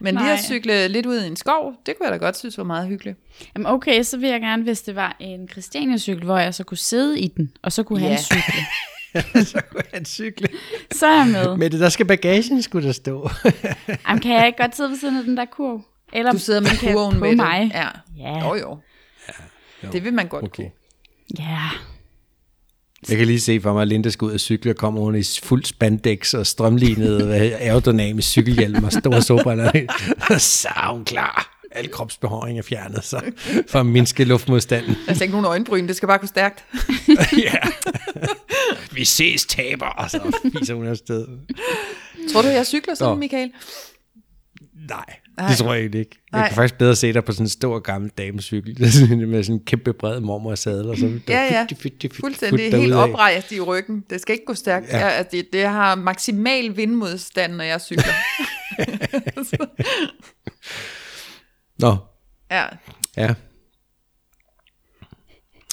Speaker 4: Men lige
Speaker 3: Nej.
Speaker 4: at cykle lidt ud i en skov, det kunne jeg da godt synes var meget hyggeligt.
Speaker 3: Jamen okay, så vil jeg gerne, hvis det var en Christiania-cykel, hvor jeg så kunne sidde i den, og så kunne yeah.
Speaker 4: Ja.
Speaker 3: han cykle.
Speaker 2: så kunne han cykle.
Speaker 3: Så er jeg med.
Speaker 2: Men det, der skal bagagen skulle der stå.
Speaker 3: Jamen, kan jeg ikke godt sidde ved siden af den der kurv? Eller
Speaker 4: Du sidder med
Speaker 3: kan jeg
Speaker 4: kurven
Speaker 3: på
Speaker 4: med
Speaker 3: mig.
Speaker 4: det. Ja.
Speaker 3: Ja.
Speaker 4: Jo, jo. Ja, det vil man godt okay.
Speaker 2: Okay.
Speaker 4: kunne.
Speaker 3: Ja.
Speaker 2: Jeg kan lige se for mig, at Linda skal ud og cykle, og kommer hun i fuld spandex og strømlignet hvad hedder, aerodynamisk cykelhjelm og store solbriller. så er hun klar. Al kropsbehåring er fjernet, så for at mindske luftmodstanden.
Speaker 4: Der er slet ikke nogen øjenbryn, det skal bare gå stærkt.
Speaker 2: ja. Vi ses taber, og så fiser hun afsted.
Speaker 4: Tror du, jeg cykler sådan,
Speaker 2: Nå.
Speaker 4: Michael?
Speaker 2: Nej,
Speaker 4: Nej.
Speaker 2: det tror jeg egentlig ikke. Jeg
Speaker 4: Nej.
Speaker 2: kan faktisk bedre se dig på sådan en stor gammel damecykel, med sådan en kæmpe bred mormor sadel, og så
Speaker 4: Ja, ja.
Speaker 2: fyt, fyt, fyt, fyt,
Speaker 4: Fuldstændig
Speaker 2: derudad.
Speaker 4: helt oprejst i ryggen. Det skal ikke gå stærkt. Ja. Jeg, det, det har maksimal vindmodstand, når jeg cykler.
Speaker 2: Nå,
Speaker 4: ja.
Speaker 2: ja.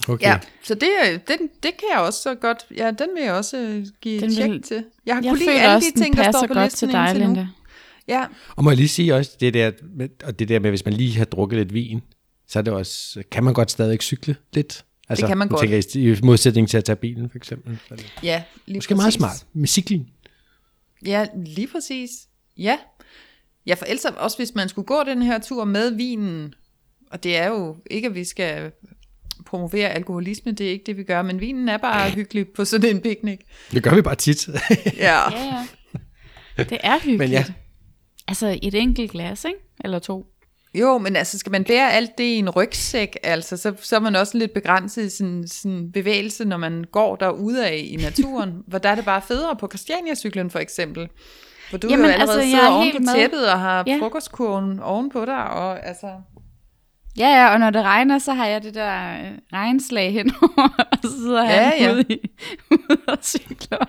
Speaker 2: Okay.
Speaker 4: ja. Så det, øh, den, det kan jeg også så godt. Ja, den vil jeg også øh, give
Speaker 3: Den
Speaker 4: den tjek
Speaker 3: vil-
Speaker 4: til. Jeg har
Speaker 3: Jeg
Speaker 4: kunnet lide
Speaker 3: føler
Speaker 4: alle
Speaker 3: også,
Speaker 4: de ting,
Speaker 3: den
Speaker 4: der står
Speaker 3: passer
Speaker 4: på
Speaker 3: godt
Speaker 4: listen
Speaker 3: til dig,
Speaker 4: indtil nu.
Speaker 3: Linda.
Speaker 4: Ja,
Speaker 2: Og må jeg lige sige også det der, med, og det der med, hvis man lige har drukket lidt vin, så er det også, kan man godt stadig cykle lidt. Altså,
Speaker 4: kan man
Speaker 2: nu
Speaker 4: godt.
Speaker 2: Tænker, jeg, I modsætning til at tage bilen, for eksempel. Så er det
Speaker 4: ja lige
Speaker 2: Måske meget
Speaker 4: præcis.
Speaker 2: smart med cykling.
Speaker 4: Ja, lige præcis. Ja. Ja, for ellers også, hvis man skulle gå den her tur med vinen, og det er jo ikke, at vi skal promovere alkoholisme, det er ikke det, vi gør, men vinen er bare hyggelig på sådan en picnic.
Speaker 2: Det gør vi bare tit.
Speaker 4: Ja.
Speaker 3: Ja, ja. Det er hyggeligt.
Speaker 2: Men ja,
Speaker 3: Altså et enkelt glas, ikke? Eller to.
Speaker 4: Jo, men altså, skal man bære alt det i en rygsæk, altså, så, så er man også lidt begrænset i sin, sin bevægelse, når man går derude af i naturen. Hvor der er det bare federe på Christiania-cyklen, for eksempel. Hvor du Jamen,
Speaker 3: Jamen,
Speaker 4: jo allerede
Speaker 3: altså,
Speaker 4: altså,
Speaker 3: jeg
Speaker 4: sidder
Speaker 3: er
Speaker 4: oven
Speaker 3: helt
Speaker 4: på
Speaker 3: med.
Speaker 4: tæppet og har
Speaker 3: Ja.
Speaker 4: ja. frokostkurven ovenpå dig, og altså...
Speaker 3: Ja, ja, og når det regner, så har jeg det der øh, regnslag henover, og så sidder
Speaker 4: Ja,
Speaker 3: han
Speaker 4: ja.
Speaker 3: ude, i, ude og cykler.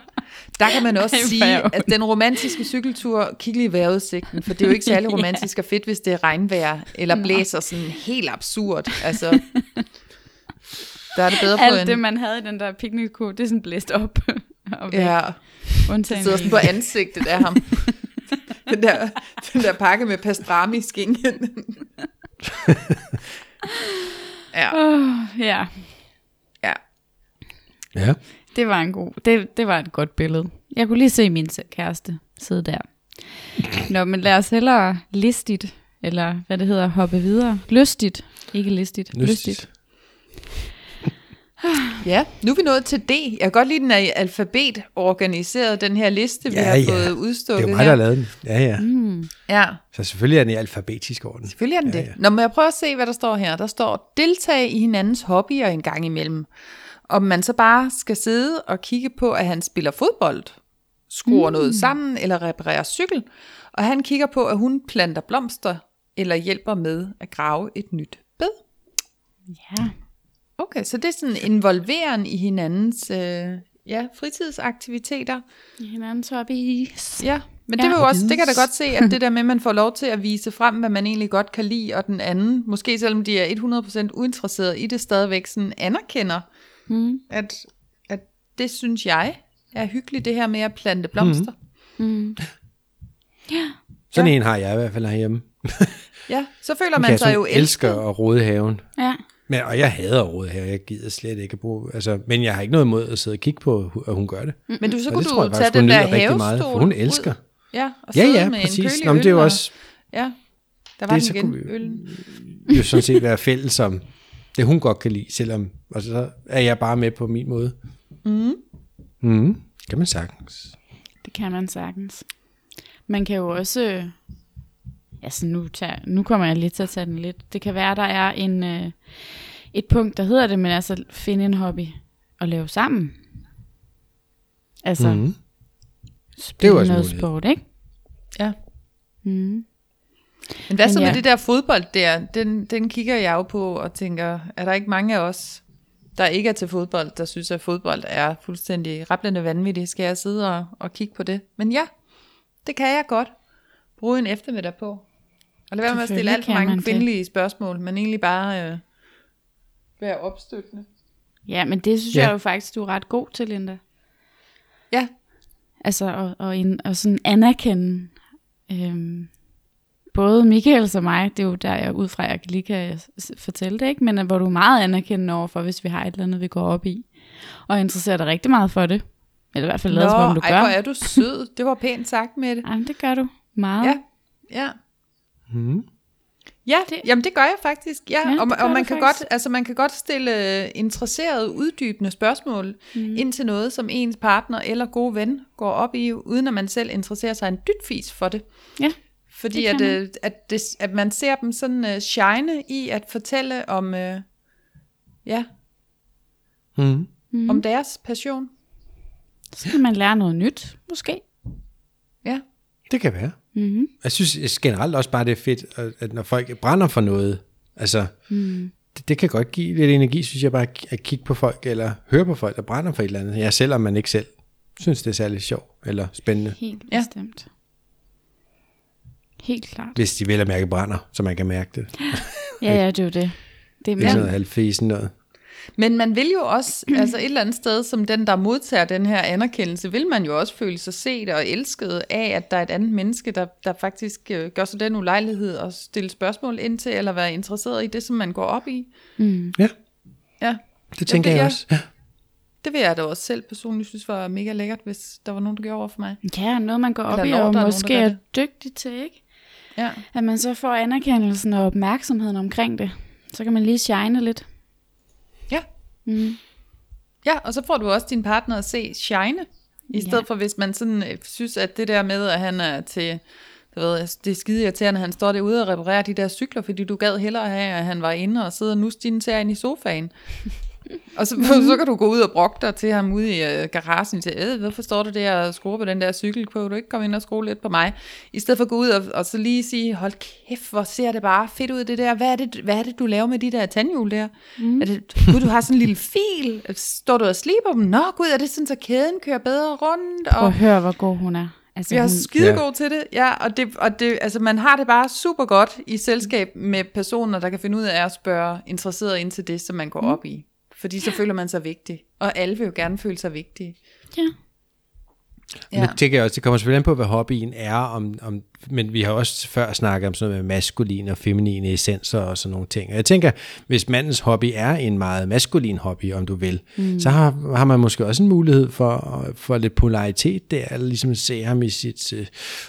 Speaker 4: Der kan man også
Speaker 3: Ej, hvor er jeg
Speaker 4: sige, at den romantiske cykeltur, kig lige i vejrudsigten, for det er jo ikke særlig romantisk og fedt, hvis det er regnvejr, eller blæser sådan helt absurd. Altså, der er det bedre på
Speaker 3: Alt
Speaker 4: en...
Speaker 3: det, man havde i den der piknikkur, det er sådan blæst op. og væk,
Speaker 4: ja,
Speaker 3: undtagen
Speaker 4: sidder
Speaker 3: en.
Speaker 4: sådan på ansigtet af ham. Den der, den der pakke med pastrami-skinken. ja,
Speaker 3: Åh, ja,
Speaker 4: ja.
Speaker 2: ja.
Speaker 3: det var en god, det, det var et godt billede. Jeg kunne lige se min kæreste sidde der. Nå, men lad os hellere listigt, eller hvad det hedder, hoppe videre. Lystigt, ikke listigt, lystigt. lystigt.
Speaker 4: Ja, nu er vi nået til D. Jeg kan godt lide, den er i alfabet organiseret, den her liste, vi
Speaker 2: Ja,
Speaker 4: har
Speaker 2: ja.
Speaker 4: fået
Speaker 2: Det er
Speaker 4: udstukket
Speaker 2: jo mig, der har
Speaker 4: her.
Speaker 2: lavet den. Ja, ja. Mm.
Speaker 4: Ja.
Speaker 2: Så selvfølgelig er den i alfabetisk orden.
Speaker 4: Selvfølgelig er den ja, det. Ja. Nå, men jeg prøver at se, hvad der står her. Der står, deltage i hinandens hobbyer en gang imellem. Om man så bare skal sidde og kigge på, at han spiller fodbold, skruer mm. noget sammen eller reparerer cykel, og han kigger på, at hun planter blomster eller hjælper med at grave et nyt bed.
Speaker 3: Ja.
Speaker 4: Okay, så det er sådan involveren i hinandens øh, ja, fritidsaktiviteter.
Speaker 3: I hinandens hobbies.
Speaker 4: Ja, men
Speaker 3: Ja.
Speaker 4: det, vil jo også, det kan jeg da godt se, at det der med, at man får lov til at vise frem, hvad man egentlig godt kan lide, og den anden, måske selvom de er 100% uinteresseret i det, stadigvæk sådan anerkender, mm. at, at det synes jeg er hyggeligt, det her med at plante blomster. Mm.
Speaker 2: Sådan en har jeg i hvert fald herhjemme.
Speaker 4: Ja, så føler
Speaker 2: Man
Speaker 4: man
Speaker 2: jeg
Speaker 4: sig jo
Speaker 2: elsker
Speaker 4: elsket.
Speaker 2: at rode i haven.
Speaker 3: Ja.
Speaker 2: Men Men, og jeg hader ordet her, jeg gider slet ikke at bruge, altså, men jeg har ikke noget imod at sidde og kigge på, at hun gør det.
Speaker 4: Men du, så
Speaker 2: Og
Speaker 4: kunne
Speaker 2: det tror
Speaker 4: du
Speaker 2: jeg
Speaker 4: tage
Speaker 2: faktisk,
Speaker 4: den
Speaker 2: hun
Speaker 4: der
Speaker 2: nyder rigtig meget,
Speaker 4: havestol
Speaker 2: for hun
Speaker 4: ud.
Speaker 2: elsker.
Speaker 4: Ja, og
Speaker 2: Ja,
Speaker 4: sidde
Speaker 2: ja,
Speaker 4: med en
Speaker 2: præcis.
Speaker 4: kølig
Speaker 2: Nå, men det er
Speaker 4: øl
Speaker 2: jo
Speaker 4: og-
Speaker 2: også,
Speaker 4: Ja, der var
Speaker 2: Det,
Speaker 4: det,
Speaker 2: så
Speaker 4: den igen,
Speaker 2: kunne vi jo-
Speaker 4: øllen.
Speaker 2: jo sådan set være fælles om det, hun godt kan lide, selvom og så er jeg bare med på min måde. Mm. Mm. Kan man sagtens.
Speaker 3: Det kan man sagtens. Man kan jo også... øh, Altså nu, tager, nu kommer jeg lidt til at tage den lidt. Det kan være, der er en, øh, et punkt, der hedder det, men altså finde en hobby og lave sammen. Altså mm.
Speaker 2: Mhm. Det er jo
Speaker 3: spille
Speaker 2: også en
Speaker 3: noget
Speaker 2: mulighed.
Speaker 3: sport, ikke?
Speaker 4: Ja. Mm. Men hvad så
Speaker 3: Men
Speaker 4: med
Speaker 3: ja.
Speaker 4: det der fodbold der? Den, den kigger jeg jo på og tænker, er der ikke mange af os, der ikke er til fodbold, der synes, at fodbold er fuldstændig rablende vanvittigt? Skal jeg sidde og, og kigge på det? Men ja, det kan jeg godt bruge en eftermiddag på. Og lad være med at stille
Speaker 3: Selvfølgelig
Speaker 4: alt for
Speaker 3: kan man
Speaker 4: mange
Speaker 3: det.
Speaker 4: kvindelige det. spørgsmål, men egentlig bare øh, være opstøttende.
Speaker 3: Ja, men det synes
Speaker 2: Ja.
Speaker 3: ja. jeg jo faktisk, du er ret god til, Linda.
Speaker 4: Ja,
Speaker 3: Altså og, og, en, og sådan anerkende øhm, både Michael og mig, det er jo der, jeg ud fra, jeg lige kan s- fortælle det, ikke? men at hvor du er meget anerkendende overfor, hvis vi har et eller andet, vi går op i, og interesserer dig rigtig meget for det. Eller i hvert fald lader som om, du
Speaker 4: ej,
Speaker 3: gør.
Speaker 4: hvor er du sød. Det var pænt sagt med det.
Speaker 3: Ej, men det gør du meget.
Speaker 4: Ja, ja. Ja, det,
Speaker 3: Det-
Speaker 4: jamen det gør jeg faktisk. Ja,
Speaker 3: Ja,
Speaker 4: ja og,
Speaker 3: det
Speaker 4: og
Speaker 3: gør
Speaker 4: man
Speaker 3: du
Speaker 4: kan
Speaker 3: faktisk.
Speaker 4: godt, altså man kan godt stille øh, interesserede, uddybende spørgsmål
Speaker 3: Hmm.
Speaker 4: mm. ind til noget, som ens partner eller gode ven går op i, uden at man selv interesserer sig en dyt fis for det.
Speaker 3: ja.
Speaker 4: Fordi
Speaker 3: Det
Speaker 4: at,
Speaker 3: kan man.
Speaker 4: øh, at, det, at man ser dem sådan øh, shine i at fortælle om, øh, ja,
Speaker 2: Mm.
Speaker 4: mm.
Speaker 3: Hmm.
Speaker 4: om deres passion.
Speaker 3: Så skal man lære noget nyt, måske.
Speaker 4: Ja.
Speaker 2: Det kan være.
Speaker 3: Mm-hmm.
Speaker 2: Jeg synes generelt også bare, det er fedt, at- at når folk brænder for noget, altså, mm. det, det kan godt give lidt energi, synes jeg bare, at- at kigge på folk, eller høre på folk, der brænder for et eller andet. Ja, selvom man ikke selv synes, det er særlig sjovt, eller spændende,
Speaker 3: Helt
Speaker 4: Ja.
Speaker 3: bestemt. Helt klart.
Speaker 2: hvis de vel at mærke brænder, så man kan mærke det. Det
Speaker 3: Ja, ja, det er jo det. Det er
Speaker 2: er sådan
Speaker 3: mere
Speaker 2: noget halvfesen noget.
Speaker 4: Men man vil jo også, altså et eller andet sted, som den, der modtager den her anerkendelse, vil man jo også føle sig set og elsket af, at der er et andet menneske, der, der faktisk øh, gør sig den ulejlighed at stille spørgsmål ind til, eller være interesseret i det, som man går op i.
Speaker 2: Ja,
Speaker 4: Ja,
Speaker 2: det tænker
Speaker 4: det
Speaker 2: jeg
Speaker 4: er-
Speaker 2: også. Ja.
Speaker 4: det vil jeg da også selv personligt synes var mega lækkert, hvis der var nogen, der gjorde over for mig.
Speaker 3: Ja, noget man går op
Speaker 4: Eller
Speaker 3: i,
Speaker 4: når der er
Speaker 3: og
Speaker 4: nogen,
Speaker 3: måske
Speaker 4: der gør
Speaker 3: er
Speaker 4: det.
Speaker 3: dygtig til, ikke?
Speaker 4: Ja,
Speaker 3: At man så får anerkendelsen og opmærksomheden omkring det. Så kan man lige shine lidt.
Speaker 4: ja. Mm. ja og så får du også din partner at se shine, i
Speaker 3: Ja.
Speaker 4: stedet for hvis man sådan øh, synes, at det der med, at han er til... Du ved, altså, det er skide irriterende, at han står derude og reparerer de der cykler, fordi du gad hellere have, at han var inde og sidde og nusse dine tæer ind i sofaen. og så, så kan du gå ud og brokke dig til ham ude i øh, garagen til, øh, hvorfor står du der og skruer på den der cykel, kunne du ikke komme ind og skrue lidt på mig? I stedet for at gå ud og, og så lige sige, hold kæft, hvor ser det bare fedt ud det der, hvad er det, hvad er det du laver med de der tandhjul der? Mm. Er det, gud, du har sådan en lille fil, står du og sliber dem? Nå gud, er det sådan, så kæden kører bedre rundt?
Speaker 3: Prøv at høre, hvor god hun er. Altså,
Speaker 4: Vi er
Speaker 3: hun,
Speaker 4: skide gode til det, ja, og, det, og det, altså, man har det bare super godt i selskab med personer, der kan finde ud af at spørge interesseret ind til det, som man går mm. op i. Fordi så føler man sig vigtig, og alle vil jo gerne føle sig vigtige.
Speaker 3: ja.
Speaker 2: Ja. Men det tænker jeg også, det kommer selvfølgelig an på, hvad hobbyen er, om, om, men vi har også før snakket om sådan noget med maskuline og feminine essenser og sådan nogle ting. Og jeg tænker, hvis mandens hobby er en meget maskulin hobby, om du vil, mm. så har, har man måske også en mulighed for, for lidt polaritet der, eller ligesom se ham i sit, øh,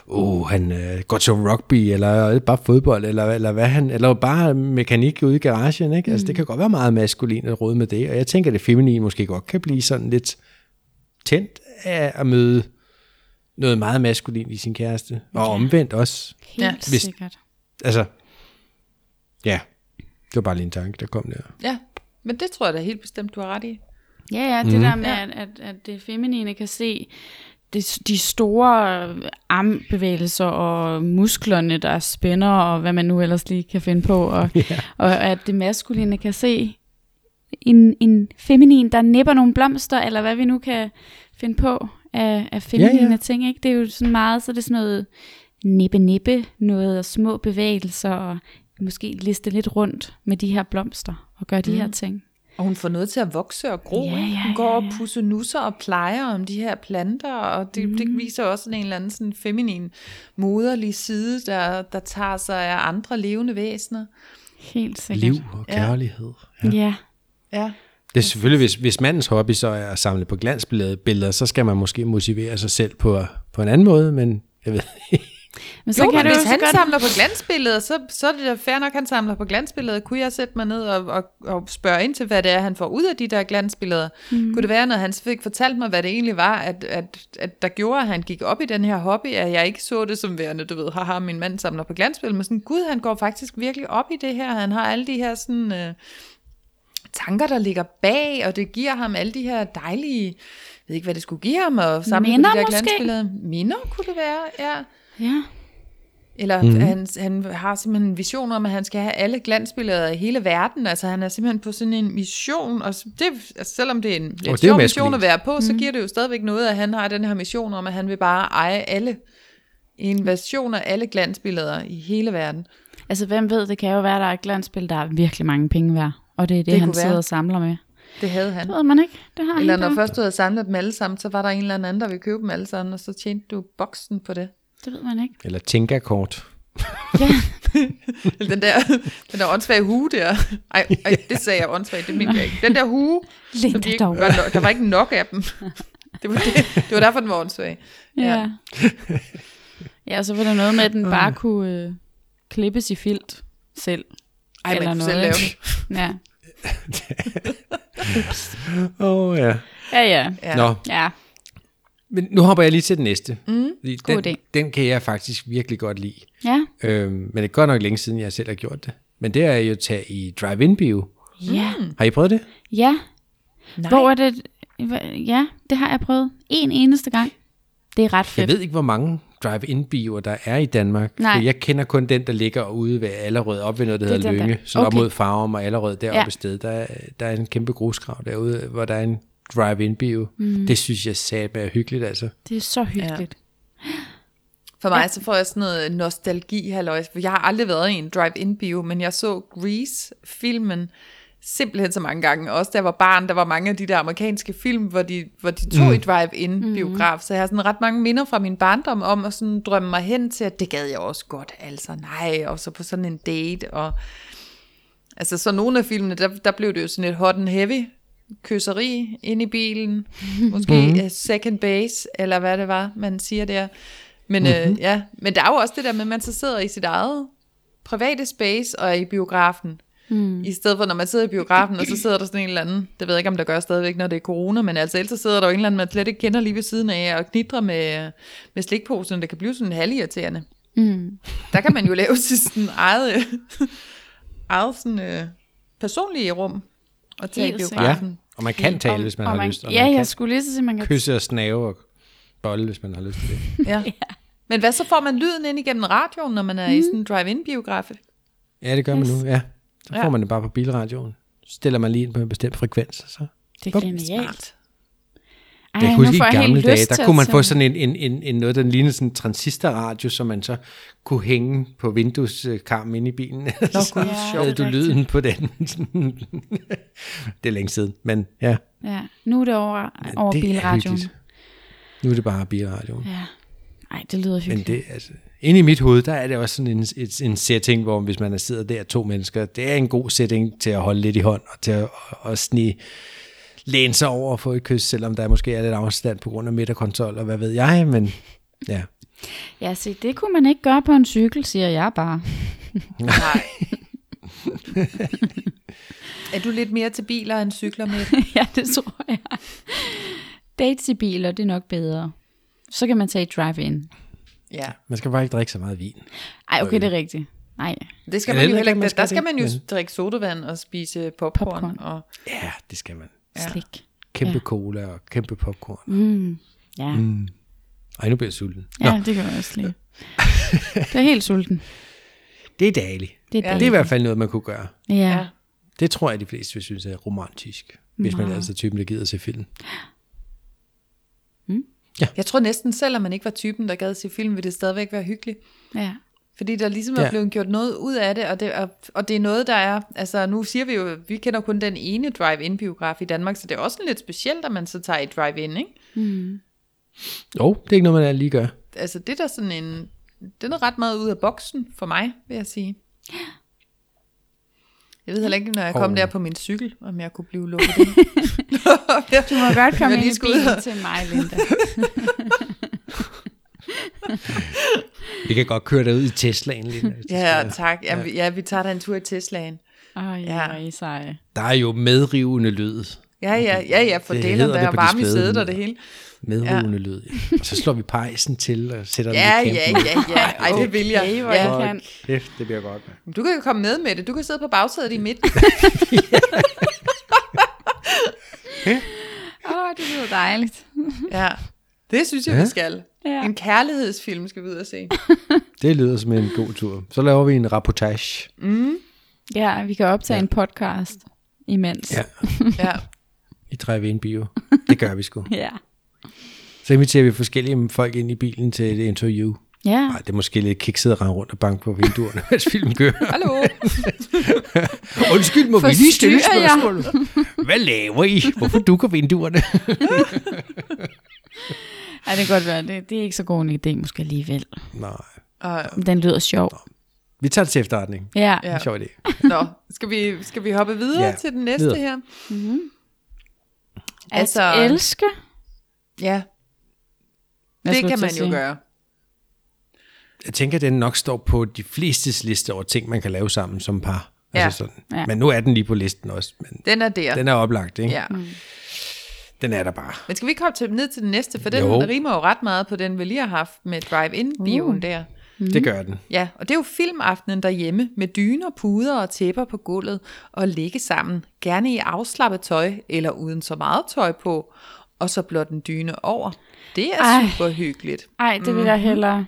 Speaker 2: åh, oh, han øh, går til rugby, eller øh, bare fodbold, eller, eller hvad han, eller bare mekanik ude i garagen, ikke? Altså, det kan godt være meget maskulin at råde med det, og jeg tænker, at det feminine måske godt kan blive sådan lidt tændt af at møde noget meget maskulin i sin kæreste. Og omvendt også.
Speaker 3: Helt ja,
Speaker 2: hvis-
Speaker 3: sikkert.
Speaker 2: Altså, ja. Det var bare lige en tanke, der kom der.
Speaker 4: Ja, men det tror jeg da helt bestemt, du har ret i.
Speaker 3: Ja, ja,
Speaker 2: Mhm.
Speaker 3: det mm. der med, at, at, at det feminine kan se det, de store armbevægelser og musklerne, der spænder, og hvad man nu ellers lige kan finde på, og, yeah. og at det maskuline kan se en, en feminin, der nipper nogle blomster, eller hvad vi nu kan finde på af, af feminine
Speaker 2: Ja, ja.
Speaker 3: ting. Ikke? Det er jo sådan meget, så er det sådan noget nippe-nippe, noget og små bevægelser, og måske liste lidt rundt med de her blomster, og gøre de her ting.
Speaker 4: Og hun får noget til at vokse og gro.
Speaker 3: Ja,
Speaker 4: Ja,
Speaker 3: ja,
Speaker 4: ja, hun går og pusser nusser og plejer om de her planter, og det, mm. det viser også sådan en eller anden sådan feminin, moderlig side, der, der tager sig af andre levende væsener.
Speaker 3: Helt sikkert.
Speaker 2: Liv og kærlighed. Ja.
Speaker 3: Ja. ja.
Speaker 4: Ja.
Speaker 2: Det er selvfølgelig, hvis, hvis mandens hobby så er at samle på glansbilleder, så skal man måske motivere sig selv på, på en anden måde, men jeg ved ikke.
Speaker 3: Men
Speaker 4: Så jo, kan
Speaker 3: det
Speaker 4: hvis
Speaker 3: også
Speaker 4: han godt... samler på glansbilleder, så, så er det da fair nok, han samler på glansbilleder. Kunne jeg sætte mig ned og, og, og spørge ind til, hvad det er, han får ud af de der glansbilleder? Mm. Kunne det være, når han fik fortalt mig, hvad det egentlig var, at, at, at der gjorde, at han gik op i den her hobby, at jeg ikke så det som værende, du ved, haha, min mand samler på glansbilleder, men sådan, gud, han går faktisk virkelig op i det her. Han har alle de her sådan... Øh, tanker, der ligger bag, og det giver ham alle de her dejlige, jeg ved ikke, hvad det skulle give ham, at samle
Speaker 3: Minder
Speaker 4: på de der
Speaker 3: måske?
Speaker 4: glansbilleder. Minder kunne det være, ja.
Speaker 3: Ja.
Speaker 4: Eller
Speaker 2: Mhm.
Speaker 4: mm-hmm. han, han har simpelthen en vision om, at han skal have alle glansbilleder i hele verden. Altså han er simpelthen på sådan en mission, og s- det, altså, selvom det er en
Speaker 2: det er
Speaker 4: lidt sjov
Speaker 2: jo
Speaker 4: mission
Speaker 2: maskulint.
Speaker 4: at være på, så giver det jo stadigvæk noget, at han har den her mission om, at han vil bare eje alle en version af alle glansbilleder i hele verden.
Speaker 3: Altså, hvem ved, det kan jo være, der er et glansspil, der er virkelig mange penge værd. Og det er det,
Speaker 4: Det
Speaker 3: det han
Speaker 4: kunne være.
Speaker 3: sidder og samler med.
Speaker 4: Det havde han.
Speaker 3: Det ved man ikke. Det har
Speaker 4: Eller
Speaker 3: han
Speaker 4: når
Speaker 3: ikke.
Speaker 4: først du havde samlet dem alle sammen, så var der en eller anden, der ville købe dem alle sammen, og så tjente du boksen på det.
Speaker 3: Det ved man ikke.
Speaker 2: Eller Tinka-kort.
Speaker 3: Ja.
Speaker 4: Eller den der, den der åndssvage hue der. Ej, ej, det sagde jeg åndssvagt, det mente jeg ikke. Den der hue,
Speaker 3: Linda
Speaker 4: som de ikke,
Speaker 3: dog.
Speaker 4: var, no- der var ikke nok af dem. Det var, det, det var derfor, den var åndssvag.
Speaker 3: Ja. ja, så var der noget med, at den bare kunne øh, klippes i filt selv.
Speaker 4: Ej, man
Speaker 3: Eller
Speaker 4: kunne
Speaker 3: noget,
Speaker 4: selv lave den.
Speaker 3: ikke? Ja,
Speaker 2: Åh oh, ja.
Speaker 3: ja. ja.
Speaker 4: Ja.
Speaker 2: ja. Nå,
Speaker 3: ja.
Speaker 2: men nu hopper jeg lige til den næste. Mm,
Speaker 3: god
Speaker 2: den,
Speaker 3: idé.
Speaker 2: den kan jeg faktisk virkelig godt lide.
Speaker 3: Ja.
Speaker 2: Øhm, men det er godt nok længe siden, jeg selv har gjort det. Men det er jo at tage i drive-in-bio.
Speaker 3: Ja.
Speaker 4: Mm.
Speaker 2: Har I prøvet det?
Speaker 3: Ja. Nej. Hvor er det? hva- Ja, det har jeg prøvet. En eneste gang. Det er ret
Speaker 2: Jeg
Speaker 3: fedt.
Speaker 2: ved ikke, hvor mange drive-in-bioer, der er i Danmark.
Speaker 3: Nej.
Speaker 2: For Jeg kender kun den, der ligger ude ved Allerød, op ved noget, der
Speaker 3: Det er
Speaker 2: hedder
Speaker 3: den der.
Speaker 2: Lønge. Så okay. op
Speaker 3: Okay.
Speaker 2: mod Farum og Allerød, deroppe
Speaker 3: Ja.
Speaker 2: ja. sted, der, er- der er en kæmpe grusgrav derude, hvor der er en drive-in-bio. Mm. Det synes jeg satme er hyggeligt, altså.
Speaker 3: Det er så hyggeligt.
Speaker 4: For mig så får jeg sådan noget nostalgi halløj, for jeg har aldrig været i en drive-in bio, men jeg så Grease-filmen simpelthen så mange gange. Også da jeg var barn, der var mange af de der amerikanske film, hvor de, hvor de tog mm. i drive-in-biograf. Så jeg har sådan ret mange minder fra min barndom om at sådan drømme mig hen til, at det gad jeg også godt, altså nej, og så på sådan en date. Og... Altså så nogle af filmene, der, der blev det jo sådan et hot and heavy kysseri ind i bilen, måske mm second base, eller hvad det var, man siger der. Men, mm-hmm. øh, ja. Men der er jo også det der med, at man så sidder i sit eget private space og er i biografen. Mm. I stedet for, når man sidder i biografen, og så sidder der sådan en eller anden, det ved jeg ikke, om der gør stadigvæk, når det er corona, men altså ellers så sidder der jo en eller anden, man slet ikke kender lige ved siden af, og knitrer med, med slikposen, det kan blive sådan halvirriterende.
Speaker 3: Mm.
Speaker 4: Der kan man jo lave sit sådan eget, øh, eget sådan, øh, personlige rum og tage i
Speaker 3: Helt sikkert.
Speaker 4: biografen.
Speaker 2: Og man kan tale,
Speaker 3: Om-
Speaker 2: hvis man
Speaker 3: og
Speaker 2: har lyst. Og
Speaker 3: Ja,
Speaker 2: man
Speaker 3: jeg
Speaker 2: kan
Speaker 3: skulle lige så sige, man kan
Speaker 2: kysse og snave og bolle, hvis man har lyst til det.
Speaker 4: Ja. Men hvad så får man lyden ind igennem radioen, når man er mm. i sådan en drive-in-biograf?
Speaker 2: Ja, det gør yes. man
Speaker 3: Yes.
Speaker 2: nu, ja. Så får
Speaker 4: Ja.
Speaker 2: ja. man det bare på bilradioen. Så Stiller man lige ind på en bestemt frekvens, og så
Speaker 3: Det er
Speaker 2: Bum.
Speaker 3: genialt. Ej,
Speaker 2: Jeg kan huske,
Speaker 3: nu får
Speaker 2: i
Speaker 3: jeg helt
Speaker 2: gamle dage,
Speaker 3: lyst til
Speaker 2: der
Speaker 3: at
Speaker 2: kunne man få
Speaker 3: tage-
Speaker 2: sådan en, en, en, en noget, der lignede sådan en transistorradio, som man så kunne hænge på vindueskarmen inde i bilen. Nå, så
Speaker 4: gud,
Speaker 3: sjovt.
Speaker 2: havde du lyden på den. det er længe siden, men ja,
Speaker 3: Ja, nu er det over, over
Speaker 2: det
Speaker 3: bilradioen.
Speaker 2: er hyggeligt. Nu er det bare bilradioen.
Speaker 3: Ja. Ej, det lyder
Speaker 2: Men
Speaker 3: hyggeligt.
Speaker 2: det, altså, inde i mit hoved, der er det også sådan en, et, en setting, hvor hvis man er sidder der to mennesker, det er en god setting til at holde lidt i hånd, og til at, at, at snige, læne sig over og få et kys, selvom der måske er lidt afstand på grund af midterkonsol, og hvad ved jeg, men ja.
Speaker 3: Ja, se, det kunne man ikke gøre på en cykel, siger jeg bare.
Speaker 4: Nej. er du lidt mere til biler end cykler med?
Speaker 3: ja, det tror jeg. Dates i biler, det er nok bedre. Så kan man tage i drive-in.
Speaker 4: Ja.
Speaker 2: Man skal bare ikke drikke så meget vin.
Speaker 3: Ej, okay, det er rigtigt. Nej,
Speaker 4: Det
Speaker 2: Ja,
Speaker 4: skal man jo
Speaker 2: heller
Speaker 4: heller
Speaker 2: ikke,
Speaker 4: ikke. Der,
Speaker 2: man skal
Speaker 4: der skal
Speaker 2: det
Speaker 4: man jo
Speaker 2: ikke, men-
Speaker 4: drikke sodavand og spise popcorn. popcorn.
Speaker 3: Popcorn.
Speaker 4: Og,
Speaker 2: Ja, det skal man.
Speaker 4: Ja.
Speaker 3: slik.
Speaker 2: Kæmpe
Speaker 3: Ja.
Speaker 2: ja. cola og kæmpe popcorn.
Speaker 3: Mm. Ja, mm.
Speaker 2: Ej, nu bliver jeg sulten. Nå,
Speaker 3: ja det kan man også lide. Det er helt sulten.
Speaker 2: det er dagligt.
Speaker 3: Det er
Speaker 4: Ja.
Speaker 3: dejligt.
Speaker 2: Det er i hvert fald noget, man kunne gøre.
Speaker 3: Ja.
Speaker 2: Det tror jeg, de fleste vil synes er romantisk, hvis man
Speaker 3: Meget.
Speaker 2: altså er typen, der gider at se film.
Speaker 4: Jeg tror næsten, selvom man ikke var typen, der gad se film, ville det stadigvæk være hyggeligt.
Speaker 3: ja.
Speaker 4: Fordi der ligesom
Speaker 2: Ja.
Speaker 4: er blevet gjort noget ud af det, og det, er, og det er noget, der er... Altså, nu siger vi jo, vi kender kun den ene drive-in-biograf i Danmark, så det er også sådan lidt specielt, at man så tager i drive-in, ikke?
Speaker 2: Jo, det er ikke noget, man lige gør.
Speaker 4: Altså, det er da sådan en... Den er ret meget ud af boksen for mig, vil jeg sige. Jeg ved heller ikke, når jeg kom
Speaker 2: Og-
Speaker 4: der på min cykel, om jeg kunne blive lukket ind. Jeg-
Speaker 3: Du må godt komme
Speaker 4: Jeg
Speaker 3: ind
Speaker 4: lige
Speaker 3: i
Speaker 4: skulle ud
Speaker 3: bilen
Speaker 4: og-
Speaker 3: til mig, Linda.
Speaker 2: Vi kan godt køre derud i Teslaen lidt. hvis det
Speaker 4: ja,
Speaker 2: skal.
Speaker 4: tak. Ja, vi, ja, vi tager da en tur i Teslaen.
Speaker 3: Åh, oh, ja,
Speaker 4: Ja.
Speaker 3: hvor er I seje.
Speaker 2: Der er jo medrivende lyd.
Speaker 4: Ja, ja, ja, ja, for
Speaker 2: Det
Speaker 4: det
Speaker 2: hedder
Speaker 4: der
Speaker 2: det
Speaker 4: er
Speaker 2: på
Speaker 4: varme i
Speaker 2: displayen.
Speaker 4: sædet og det hele.
Speaker 2: Medrivende lyd. ja. Og så slår vi pejsen til og sætter
Speaker 4: Ja,
Speaker 2: den i
Speaker 4: ja,
Speaker 2: campen.
Speaker 4: ja, ja. Ej, det vil jeg.
Speaker 3: Okay, hvor
Speaker 4: Ja.
Speaker 3: jeg kan.
Speaker 2: Kæft, det bliver godt. mand.
Speaker 4: Du kan jo komme med med det. Du kan sidde på bagsædet i midten.
Speaker 3: Åh, oh, det lyder dejligt.
Speaker 4: Ja, det synes jeg,
Speaker 2: Ja.
Speaker 4: vi skal.
Speaker 3: Ja.
Speaker 4: En kærlighedsfilm skal vi ud og se.
Speaker 2: Det lyder som en god tur. Så laver vi en rapportage.
Speaker 3: Ja, vi kan optage ja. en podcast imens.
Speaker 2: Ja.
Speaker 4: Ja,
Speaker 2: I drive en bio. Det gør vi sgu.
Speaker 3: Ja.
Speaker 2: Så inviterer vi forskellige folk ind i bilen til et interview.
Speaker 3: ja.
Speaker 2: Nej, det er måske lidt kikset at rende rundt og banke på vinduerne, mens filmen kører.
Speaker 4: hallo.
Speaker 2: Undskyld, må vi lige stille
Speaker 3: Forstyrrer jeg?
Speaker 2: spørgsmålet? Hvad laver I? Hvorfor dukker vinduerne?
Speaker 3: Ej, det kan godt være. Det, det er ikke så god en idé måske alligevel.
Speaker 2: Nej.
Speaker 4: Og,
Speaker 3: Den lyder sjov.
Speaker 2: Vi tager det til efterretning.
Speaker 3: Ja.
Speaker 4: Ja.
Speaker 3: ja.
Speaker 2: Ja. Sjov idé.
Speaker 4: Nå, skal vi, skal vi hoppe videre
Speaker 2: Ja,
Speaker 4: til den næste
Speaker 2: videre.
Speaker 4: her?
Speaker 3: At altså,
Speaker 4: Altså-
Speaker 3: elske.
Speaker 4: Ja,
Speaker 3: Hvad
Speaker 4: det
Speaker 3: skulle
Speaker 4: kan
Speaker 3: du
Speaker 4: man
Speaker 3: til at
Speaker 4: jo
Speaker 3: sige?
Speaker 4: gøre.
Speaker 2: Jeg tænker, at den nok står på de flestes liste over ting, man kan lave sammen som par.
Speaker 4: Ja.
Speaker 2: Altså sådan.
Speaker 3: Ja.
Speaker 2: Men nu er den lige på listen også. Men
Speaker 4: Den er der.
Speaker 2: den er oplagt, ikke?
Speaker 4: Ja.
Speaker 3: Mm.
Speaker 2: Den er der bare.
Speaker 4: Men skal vi ikke hoppe til, ned til den næste? For den
Speaker 2: Jo.
Speaker 4: rimer jo ret meget på den, vi lige har haft med
Speaker 3: Uh.
Speaker 4: drive-in-bioen der.
Speaker 3: Mhm.
Speaker 2: Mm. Det gør den.
Speaker 4: Ja, og det er jo filmaftenen derhjemme med dyner, puder og tæpper på gulvet og ligge sammen, gerne i afslappet tøj eller uden så meget tøj på, og så blot en dyne over. Det er
Speaker 3: Ej.
Speaker 4: super hyggeligt.
Speaker 3: Ej, det vil jeg
Speaker 4: Mhm.
Speaker 3: hellere.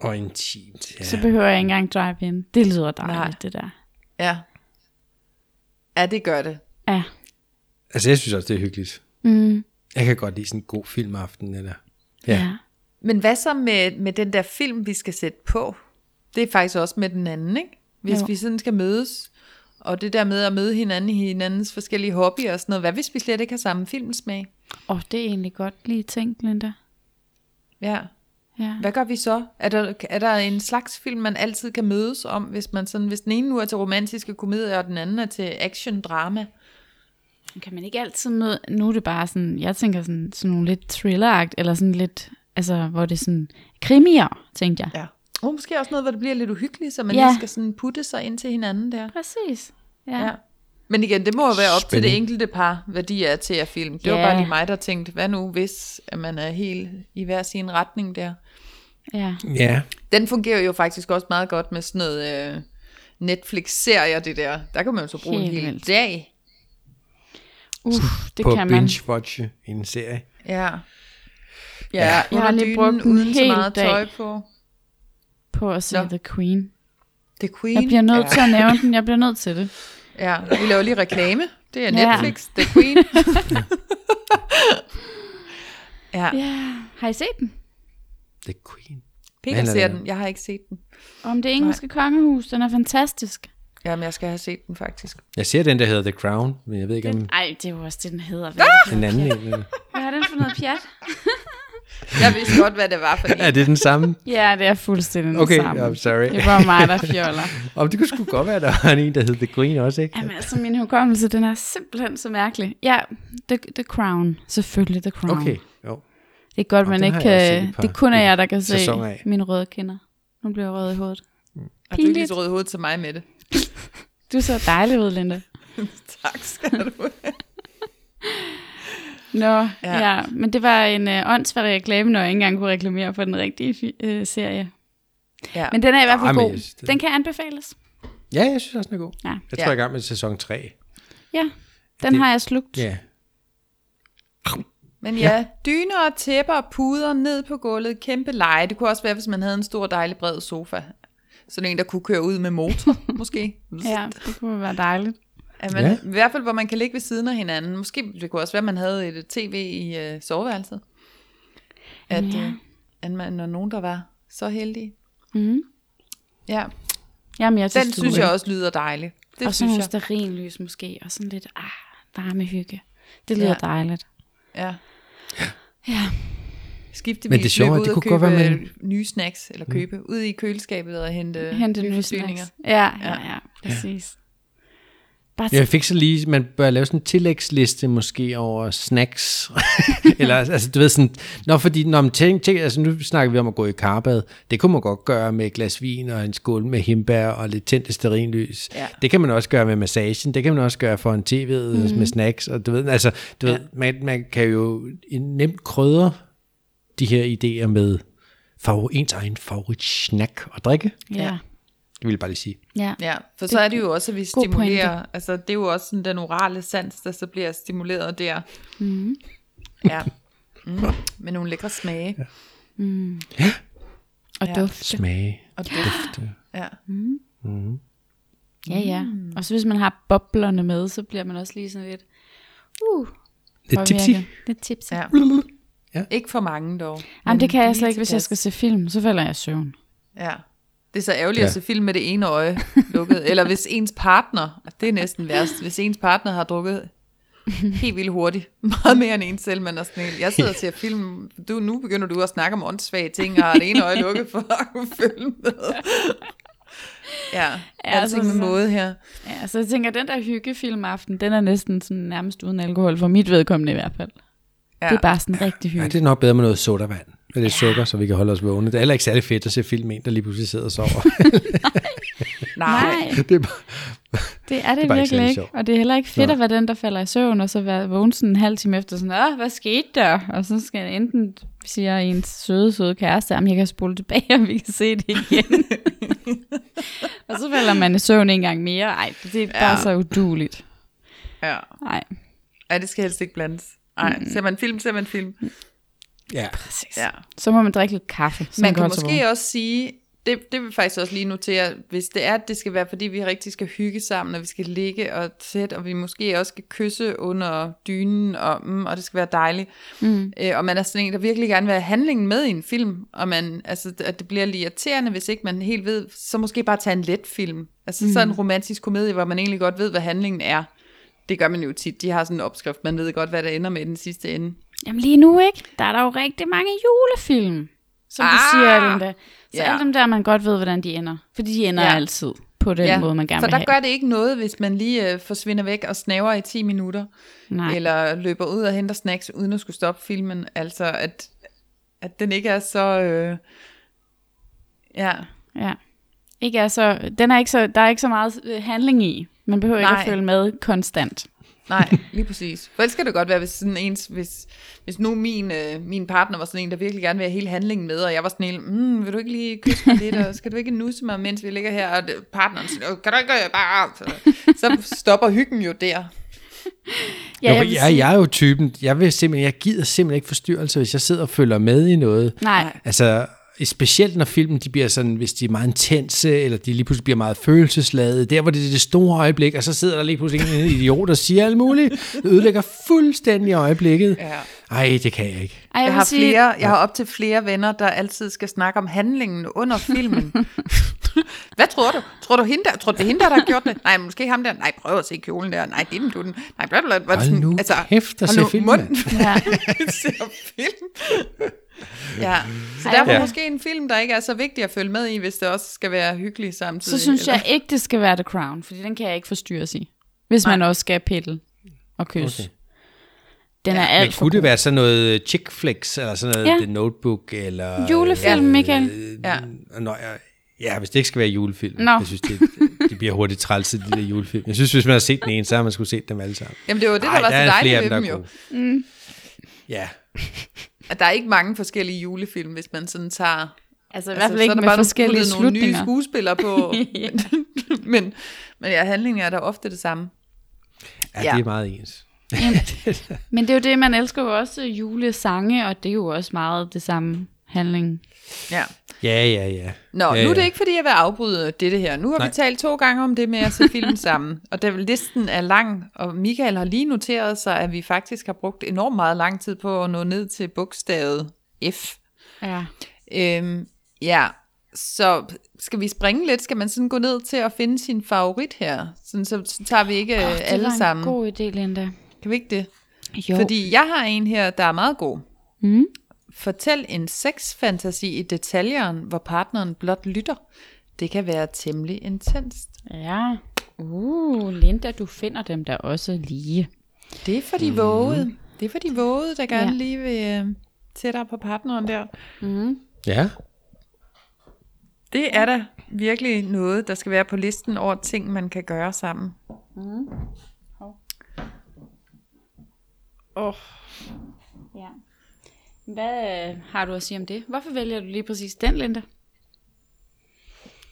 Speaker 2: Og intimt. Ja.
Speaker 3: Så behøver jeg ikke engang drive-in. Det lyder dejligt,
Speaker 4: Nej.
Speaker 3: det der.
Speaker 4: Ja. Ja, det gør det.
Speaker 3: Ja.
Speaker 2: Altså, jeg synes også, det er hyggeligt.
Speaker 3: Mm.
Speaker 2: Jeg kan godt lide sådan en god filmaften. Eller... Ja.
Speaker 3: Ja.
Speaker 2: ja.
Speaker 3: ja.
Speaker 4: Men hvad så med, med den der film, vi skal sætte på? Det er faktisk også med den anden, ikke? Hvis
Speaker 3: Jo.
Speaker 4: jo. vi sådan skal mødes, og det der med at møde hinanden i hinandens forskellige hobbyer og sådan noget. Hvad hvis vi slet ikke har samme filmsmag?
Speaker 3: Åh, det er egentlig godt lige tænkt, Linda.
Speaker 4: Ja.
Speaker 3: Ja.
Speaker 4: Hvad gør vi så? Er der, er der en slags film, man altid kan mødes om, hvis, man sådan, hvis den ene nu er til romantiske komedier, og den anden er til action-drama?
Speaker 3: Kan man ikke altid møde... Nu er det bare sådan... Jeg tænker sådan, sådan nogle lidt thriller eller sådan lidt... Altså, hvor det er sådan... Krimier, tænkte jeg.
Speaker 4: Ja. Og Uh, måske også noget, hvor det bliver lidt uhyggeligt, så man
Speaker 3: Ja.
Speaker 4: ja. lige skal sådan putte sig ind til hinanden der.
Speaker 3: Præcis.
Speaker 4: Ja. Men igen, det må jo være op Spændende. til
Speaker 2: Spændende.
Speaker 4: det enkelte par, hvad de er til at filme. Det
Speaker 3: Ja.
Speaker 4: var bare lige mig, der tænkte, hvad nu hvis at man er helt i hver sin retning der.
Speaker 3: ja.
Speaker 2: ja.
Speaker 4: Den fungerer jo faktisk også meget godt med sådan noget øh, Netflix-serier, det der. Der kan man jo så bruge
Speaker 3: Helt
Speaker 4: en hel
Speaker 3: vildt.
Speaker 4: dag.
Speaker 3: Uff, det
Speaker 2: på
Speaker 3: kan man.
Speaker 2: binge-watche en serie.
Speaker 4: Ja.
Speaker 2: Ja.
Speaker 4: Ja,
Speaker 3: Jeg har
Speaker 4: under
Speaker 3: lige
Speaker 4: dynen
Speaker 3: brugt en
Speaker 4: uden så
Speaker 3: hel
Speaker 4: meget
Speaker 3: dag.
Speaker 4: tøj på.
Speaker 3: På at se
Speaker 4: Nå.
Speaker 3: The Queen.
Speaker 4: The Queen.
Speaker 3: Jeg bliver nødt
Speaker 4: ja.
Speaker 3: til at nævne den. Jeg bliver nødt til det.
Speaker 4: Ja, vi laver lige reklame. Det
Speaker 3: Ja.
Speaker 4: er Netflix, The Queen. ja,
Speaker 3: Ja. Har I set den?
Speaker 2: The Queen.
Speaker 4: Peter
Speaker 2: handler
Speaker 4: ser
Speaker 2: det om?
Speaker 4: den. Jeg har ikke set den.
Speaker 3: Om det engelske kongehus. Den er fantastisk.
Speaker 4: Jamen, jeg skal have set den faktisk.
Speaker 2: Jeg ser den, der hedder The Crown, men jeg ved ikke, om
Speaker 3: Ej, det er jo også det, den hedder.
Speaker 4: Ah!
Speaker 3: Hvad er det for
Speaker 2: Mm. en
Speaker 3: noget
Speaker 2: anden
Speaker 3: pjat?
Speaker 2: en. eller-
Speaker 3: Hvad er den for noget pjat?
Speaker 4: Jeg vidste godt, hvad det var for en.
Speaker 2: Er det den samme?
Speaker 3: Ja, det er fuldstændig den
Speaker 2: Okay,
Speaker 3: samme.
Speaker 2: I'm sorry.
Speaker 3: Det var mig, der fjoller.
Speaker 2: Om det kunne sgu godt være, der var en, der hed The Queen også, ikke?
Speaker 3: Jamen altså, min hukommelse, den er simpelthen så mærkelig. Ja, The, the Crown. Selvfølgelig The Crown.
Speaker 2: Okay, jo.
Speaker 3: Det er godt,
Speaker 2: Nå,
Speaker 3: man
Speaker 2: den
Speaker 3: ikke
Speaker 2: har jeg også set
Speaker 3: kan...
Speaker 2: et par
Speaker 3: Det er kun er jer, der kan se
Speaker 2: sæsoner af.
Speaker 3: mine røde kinder. Nu bliver jeg rød i hovedet.
Speaker 4: Har du ikke lige
Speaker 3: Pinligt.
Speaker 4: så rød hoved til mig med det?
Speaker 3: Du ser dejlig ud, Linda.
Speaker 4: Tak skal du have.
Speaker 3: Nå, ja. ja. Men det var en øh, åndssvær reklame, når jeg ikke engang kunne reklamere for den rigtige fi- øh, serie.
Speaker 4: Ja.
Speaker 3: Men den er i hvert fald
Speaker 2: Ej, men
Speaker 3: god.
Speaker 2: jeg synes, det-
Speaker 3: Den kan anbefales.
Speaker 2: Ja, jeg synes også, den er god.
Speaker 3: Ja.
Speaker 2: Jeg tror, jeg
Speaker 4: Ja.
Speaker 2: er i gang med sæson 3.
Speaker 3: Ja, den har jeg slugt.
Speaker 2: Ja.
Speaker 4: Men ja, dyner og tæpper og puder ned på gulvet. Kæmpe leje. Det kunne også være, hvis man havde en stor, dejlig, bred sofa. Sådan en, der kunne køre ud med motor, måske.
Speaker 3: Ja, det kunne være dejligt.
Speaker 4: At man,
Speaker 2: Ja.
Speaker 4: ja. I hvert fald, hvor man kan ligge ved siden af hinanden. Måske det kunne også være, at man havde et øh, tv i øh, soveværelset. At,
Speaker 3: Ja.
Speaker 4: ja. øh, at man når nogen, der var så heldige.
Speaker 3: Mm.
Speaker 4: Ja,
Speaker 3: Jamen, jeg
Speaker 4: den synes jeg også lyder dejlig. Det
Speaker 3: og sådan
Speaker 4: synes
Speaker 3: nogle
Speaker 4: jeg.
Speaker 3: sterinlys måske, og sådan lidt ah, varme hygge. Det lyder ja.
Speaker 4: Ja.
Speaker 3: dejligt.
Speaker 4: Ja.
Speaker 3: Ja.
Speaker 4: Skiftevis
Speaker 2: Men det sjove er,
Speaker 4: løbe ud
Speaker 2: det
Speaker 4: og
Speaker 2: kunne godt
Speaker 4: købe
Speaker 2: være,
Speaker 4: øh, nye snacks, eller købe mm. ud i køleskabet og hente,
Speaker 3: Hente nye
Speaker 4: forsyninger.
Speaker 3: snacks. Ja, ja,
Speaker 4: Ja.
Speaker 3: ja, præcis. Bare
Speaker 2: Jeg fik så lige, man bør lave sådan en tillægsliste måske over snacks. Eller altså, du ved sådan, nå fordi, når man tænk, tænk, altså nu snakker vi om at gå i karbad. Det kunne man godt gøre med et glas vin og en skål med himbær og lidt tændte sterinlys.
Speaker 4: Ja.
Speaker 2: Det kan man også gøre med massagen. Det kan man også gøre for en tv
Speaker 4: Mhm.
Speaker 2: mm. med snacks. Og du ved, altså, du ja. ved, man, man kan jo nemt krydre de her idéer med favor, ens egen favorit snack og drikke.
Speaker 3: ja.
Speaker 2: Det vil jeg bare lige sige.
Speaker 3: ja.
Speaker 4: Ja, for så er det jo også, at vi
Speaker 3: god pointe.
Speaker 4: stimulerer, altså det er jo også sådan den orale sans, der så bliver stimuleret der.
Speaker 3: Mm-hmm.
Speaker 4: Mm. Ja, mm. med nogle lækre smage. Ja.
Speaker 3: Og
Speaker 4: Ja.
Speaker 3: duft.
Speaker 2: Smage.
Speaker 4: Og dufte. Ja.
Speaker 3: Mm. Ja, ja. Og så hvis man har boblerne med, så bliver man også lige sådan lidt... Uh,
Speaker 2: Lidt
Speaker 3: påvirket.
Speaker 2: tipsy.
Speaker 3: Lidt tipsy.
Speaker 4: ja. Ikke for mange dog.
Speaker 3: Jamen, det kan jeg
Speaker 4: lige
Speaker 3: slet ikke, hvis jeg
Speaker 4: tilpas.
Speaker 3: skal se film. Så falder jeg i søvn.
Speaker 4: Ja. Det er så ærgerligt
Speaker 2: Ja.
Speaker 4: at se film med det ene øje lukket. Eller hvis ens partner, det er næsten værst, hvis ens partner har drukket helt vildt hurtigt. Meget mere end en selv, men er sådan helt, Jeg sidder til at film, du, nu begynder du at snakke om åndssvage ting, og har det ene øje lukket for at kunne følge med. Ja, ja
Speaker 3: Ja,
Speaker 4: altså med
Speaker 3: så- så-
Speaker 4: måde her.
Speaker 3: Ja, så jeg tænker, den der hyggefilmaften, den er næsten sådan nærmest uden alkohol, for mit vedkommende i hvert fald. Ja. Det er bare sådan rigtig
Speaker 2: Ja,
Speaker 3: hygge.
Speaker 2: det er nok bedre med noget sodavand. Med lidt sukker, så vi kan holde os vågne. Det er heller ikke særlig fedt at se film en, der lige pludselig sidder og sover.
Speaker 3: Nej,
Speaker 2: det er bare,
Speaker 3: det er det,
Speaker 2: er bare
Speaker 3: det er
Speaker 2: ikke
Speaker 3: virkelig
Speaker 2: særlig
Speaker 3: ikke.
Speaker 2: sjovt.
Speaker 3: Og det er heller ikke fedt at være den, der falder i søvn, og så være vågen sådan en halv time efter sådan, Åh, hvad skete der? Og så skal enten siger ens søde, søde kæreste, jamen jeg kan spole tilbage, og vi kan se det igen. og så falder man i søvn en gang mere. Ej, det er bare
Speaker 4: Ja.
Speaker 3: så uduligt.
Speaker 4: Ja.
Speaker 3: Nej,
Speaker 4: ja, det skal helst ikke blandes. Nej, ser man film, ser man film.
Speaker 2: ja.
Speaker 3: præcis.
Speaker 4: Ja.
Speaker 3: Så må man drikke lidt kaffe. så
Speaker 4: Man kan
Speaker 3: holde sig vågen.
Speaker 4: måske også sige, det, det vil jeg faktisk også lige notere, hvis det er, at det skal være, fordi vi rigtig skal hygge sammen, og vi skal ligge og tæt, og vi måske også skal kysse under dynen, og, mm, og det skal være dejligt. Mm. Øh, og man er sådan en, der virkelig gerne vil have handlingen med i en film, og man, altså, at det bliver lidt irriterende, hvis ikke man helt ved, så måske bare tage en let film. Altså mm. sådan en romantisk komedie, hvor man egentlig godt ved, hvad handlingen er. Det gør man jo tit. De har sådan en opskrift, man ved godt, hvad der ender med i den sidste ende.
Speaker 3: Jamen lige nu, ikke? Der er der jo rigtig mange julefilm, som ah, du
Speaker 4: Ah!
Speaker 3: siger, Linda. Så
Speaker 4: Ja.
Speaker 3: yeah. alle dem der, man godt ved, hvordan de ender. Fordi de ender
Speaker 4: Ja.
Speaker 3: yeah. altid på den yeah. måde, man gerne
Speaker 4: for
Speaker 3: vil
Speaker 4: der
Speaker 3: have.
Speaker 4: gør det ikke noget, hvis man lige øh, forsvinder væk og snaver i 10 minutter,
Speaker 3: Nej.
Speaker 4: eller løber ud og henter snacks, uden at skulle stoppe filmen. Altså, at, at den ikke er så... Øh, ja,
Speaker 3: Ja. Ikke er så, den er ikke så, der er ikke så meget øh, handling i. Man behøver ikke
Speaker 4: Nej.
Speaker 3: at følge med konstant.
Speaker 4: nej, lige præcis. For ellers kan det godt være, hvis, sådan ens, hvis, hvis nu min, øh, min partner var sådan en, der virkelig gerne vil have hele handlingen med, og jeg var sådan en, mm, vil du ikke lige kysse mig lidt, og skal du ikke nusse mig, mens vi ligger her? Og det- partneren siger, kan du ikke øh, bare... Så, så stopper hyggen jo der.
Speaker 2: Ja, jeg,
Speaker 3: vil
Speaker 2: jeg,
Speaker 3: sige-
Speaker 2: jeg, er jo typen, jeg, vil simpelthen, jeg gider simpelthen ikke forstyrrelse, hvis jeg sidder og følger med i noget.
Speaker 3: Nej.
Speaker 2: Altså, specielt når filmen de bliver sådan, hvis de er meget intense, eller de lige pludselig bliver meget følelsesladede, der hvor det er det store øjeblik, og så sidder der lige pludselig en idiot og siger alt muligt, Det ødelægger fuldstændig øjeblikket.
Speaker 4: Ja.
Speaker 2: Ej, det kan jeg ikke.
Speaker 3: Ej, jeg,
Speaker 4: Jeg
Speaker 3: vil
Speaker 4: har,
Speaker 3: sige,
Speaker 4: flere, jeg har op til flere venner, der altid skal snakke om handlingen under filmen. Hvad tror du? Tror du, hende der, tror du det er hende der, der har gjort det? Nej, måske ham der. Nej, prøv at se kjolen der. Nej, det er den, du er den. Nej, bla, bla, bla.
Speaker 2: Hold nu kæft, der
Speaker 4: hold
Speaker 2: ser altså.
Speaker 4: nu
Speaker 2: film,
Speaker 4: munden.
Speaker 3: Ja.
Speaker 4: ser film. ja, så
Speaker 3: Ej,
Speaker 4: derfor
Speaker 3: ja.
Speaker 4: ja. måske en film, der ikke er så vigtig at følge med i, hvis det også skal være hyggelig samtidig.
Speaker 3: Så synes
Speaker 4: eller-
Speaker 3: jeg ikke, det skal være The Crown, fordi den kan jeg ikke forstyrres i. Hvis man også skal pille og kysse. Okay. Den er
Speaker 2: Men
Speaker 3: alt for
Speaker 2: kunne det være sådan noget øh, chick flicks, eller sådan noget
Speaker 3: Ja.
Speaker 2: ja. The Notebook, eller...
Speaker 3: Julefilm, Michael.
Speaker 4: Ja. Altså,
Speaker 2: Øh, Nå, jeg, ja, hvis det ikke skal være julefilm.
Speaker 3: Nå.
Speaker 2: Jeg synes, det, det bliver hurtigt træls, de der julefilm. Jeg synes, hvis man har set den ene, så har man skulle set dem alle sammen.
Speaker 4: Jamen, det var det, der
Speaker 2: Ej,
Speaker 4: var så
Speaker 2: er
Speaker 4: dejligt
Speaker 2: af
Speaker 4: ved dem
Speaker 2: der er
Speaker 4: jo. Mm.
Speaker 2: gode. Ja,
Speaker 4: At der er ikke mange forskellige julefilm, hvis man sådan tager
Speaker 3: Altså i hvert
Speaker 4: Altså,
Speaker 3: fald
Speaker 4: så er
Speaker 3: ikke
Speaker 4: der
Speaker 3: med
Speaker 4: bare
Speaker 3: forskellige
Speaker 4: puttet nogle nye
Speaker 3: slutninger.
Speaker 4: skuespillere på. men, men ja, handlingen er da ofte det samme.
Speaker 2: ja,
Speaker 4: Ja.
Speaker 2: det er meget ens.
Speaker 3: Men det er jo det, man elsker jo også øh, julesange, og det er jo også meget det samme handling.
Speaker 4: Ja.
Speaker 2: Ja, ja, ja.
Speaker 4: Nå,
Speaker 2: ja,
Speaker 4: nu er det
Speaker 2: ja.
Speaker 4: ikke, fordi jeg vil afbryde dette her. Nu har Nej.
Speaker 2: Nej.
Speaker 4: vi talt to gange om det med at se film sammen. Og da listen er lang, og Michael har lige noteret sig, at vi faktisk har brugt enormt meget lang tid på at nå ned til bogstavet F.
Speaker 3: Ja.
Speaker 4: Øhm, ja, så skal vi springe lidt? Skal man sådan gå ned til at finde sin favorit her? Sådan, så, så tager vi ikke oh,
Speaker 3: det
Speaker 4: alle
Speaker 3: var
Speaker 4: sammen.
Speaker 3: en god idé, Linda.
Speaker 4: Kan vi ikke det?
Speaker 3: Jo. Fordi...
Speaker 4: Fordi jeg har en her, der er meget god. Mm. Fortæl en sexfantasi i detaljeren, hvor partneren blot lytter. Det kan være temmelig intenst.
Speaker 3: Ja. Uh, Linda, du finder dem der også lige.
Speaker 4: Det er for de vågede. Det er for de vågede, der gerne
Speaker 3: Mm. Ja.
Speaker 4: ja. lige vil øh, tættere på partneren der.
Speaker 2: Ja.
Speaker 4: Det er da virkelig noget, der skal være på listen over ting, man kan gøre sammen.
Speaker 3: Ja. Hvad øh, har du at sige om det? Hvorfor vælger du lige præcis den, Linda?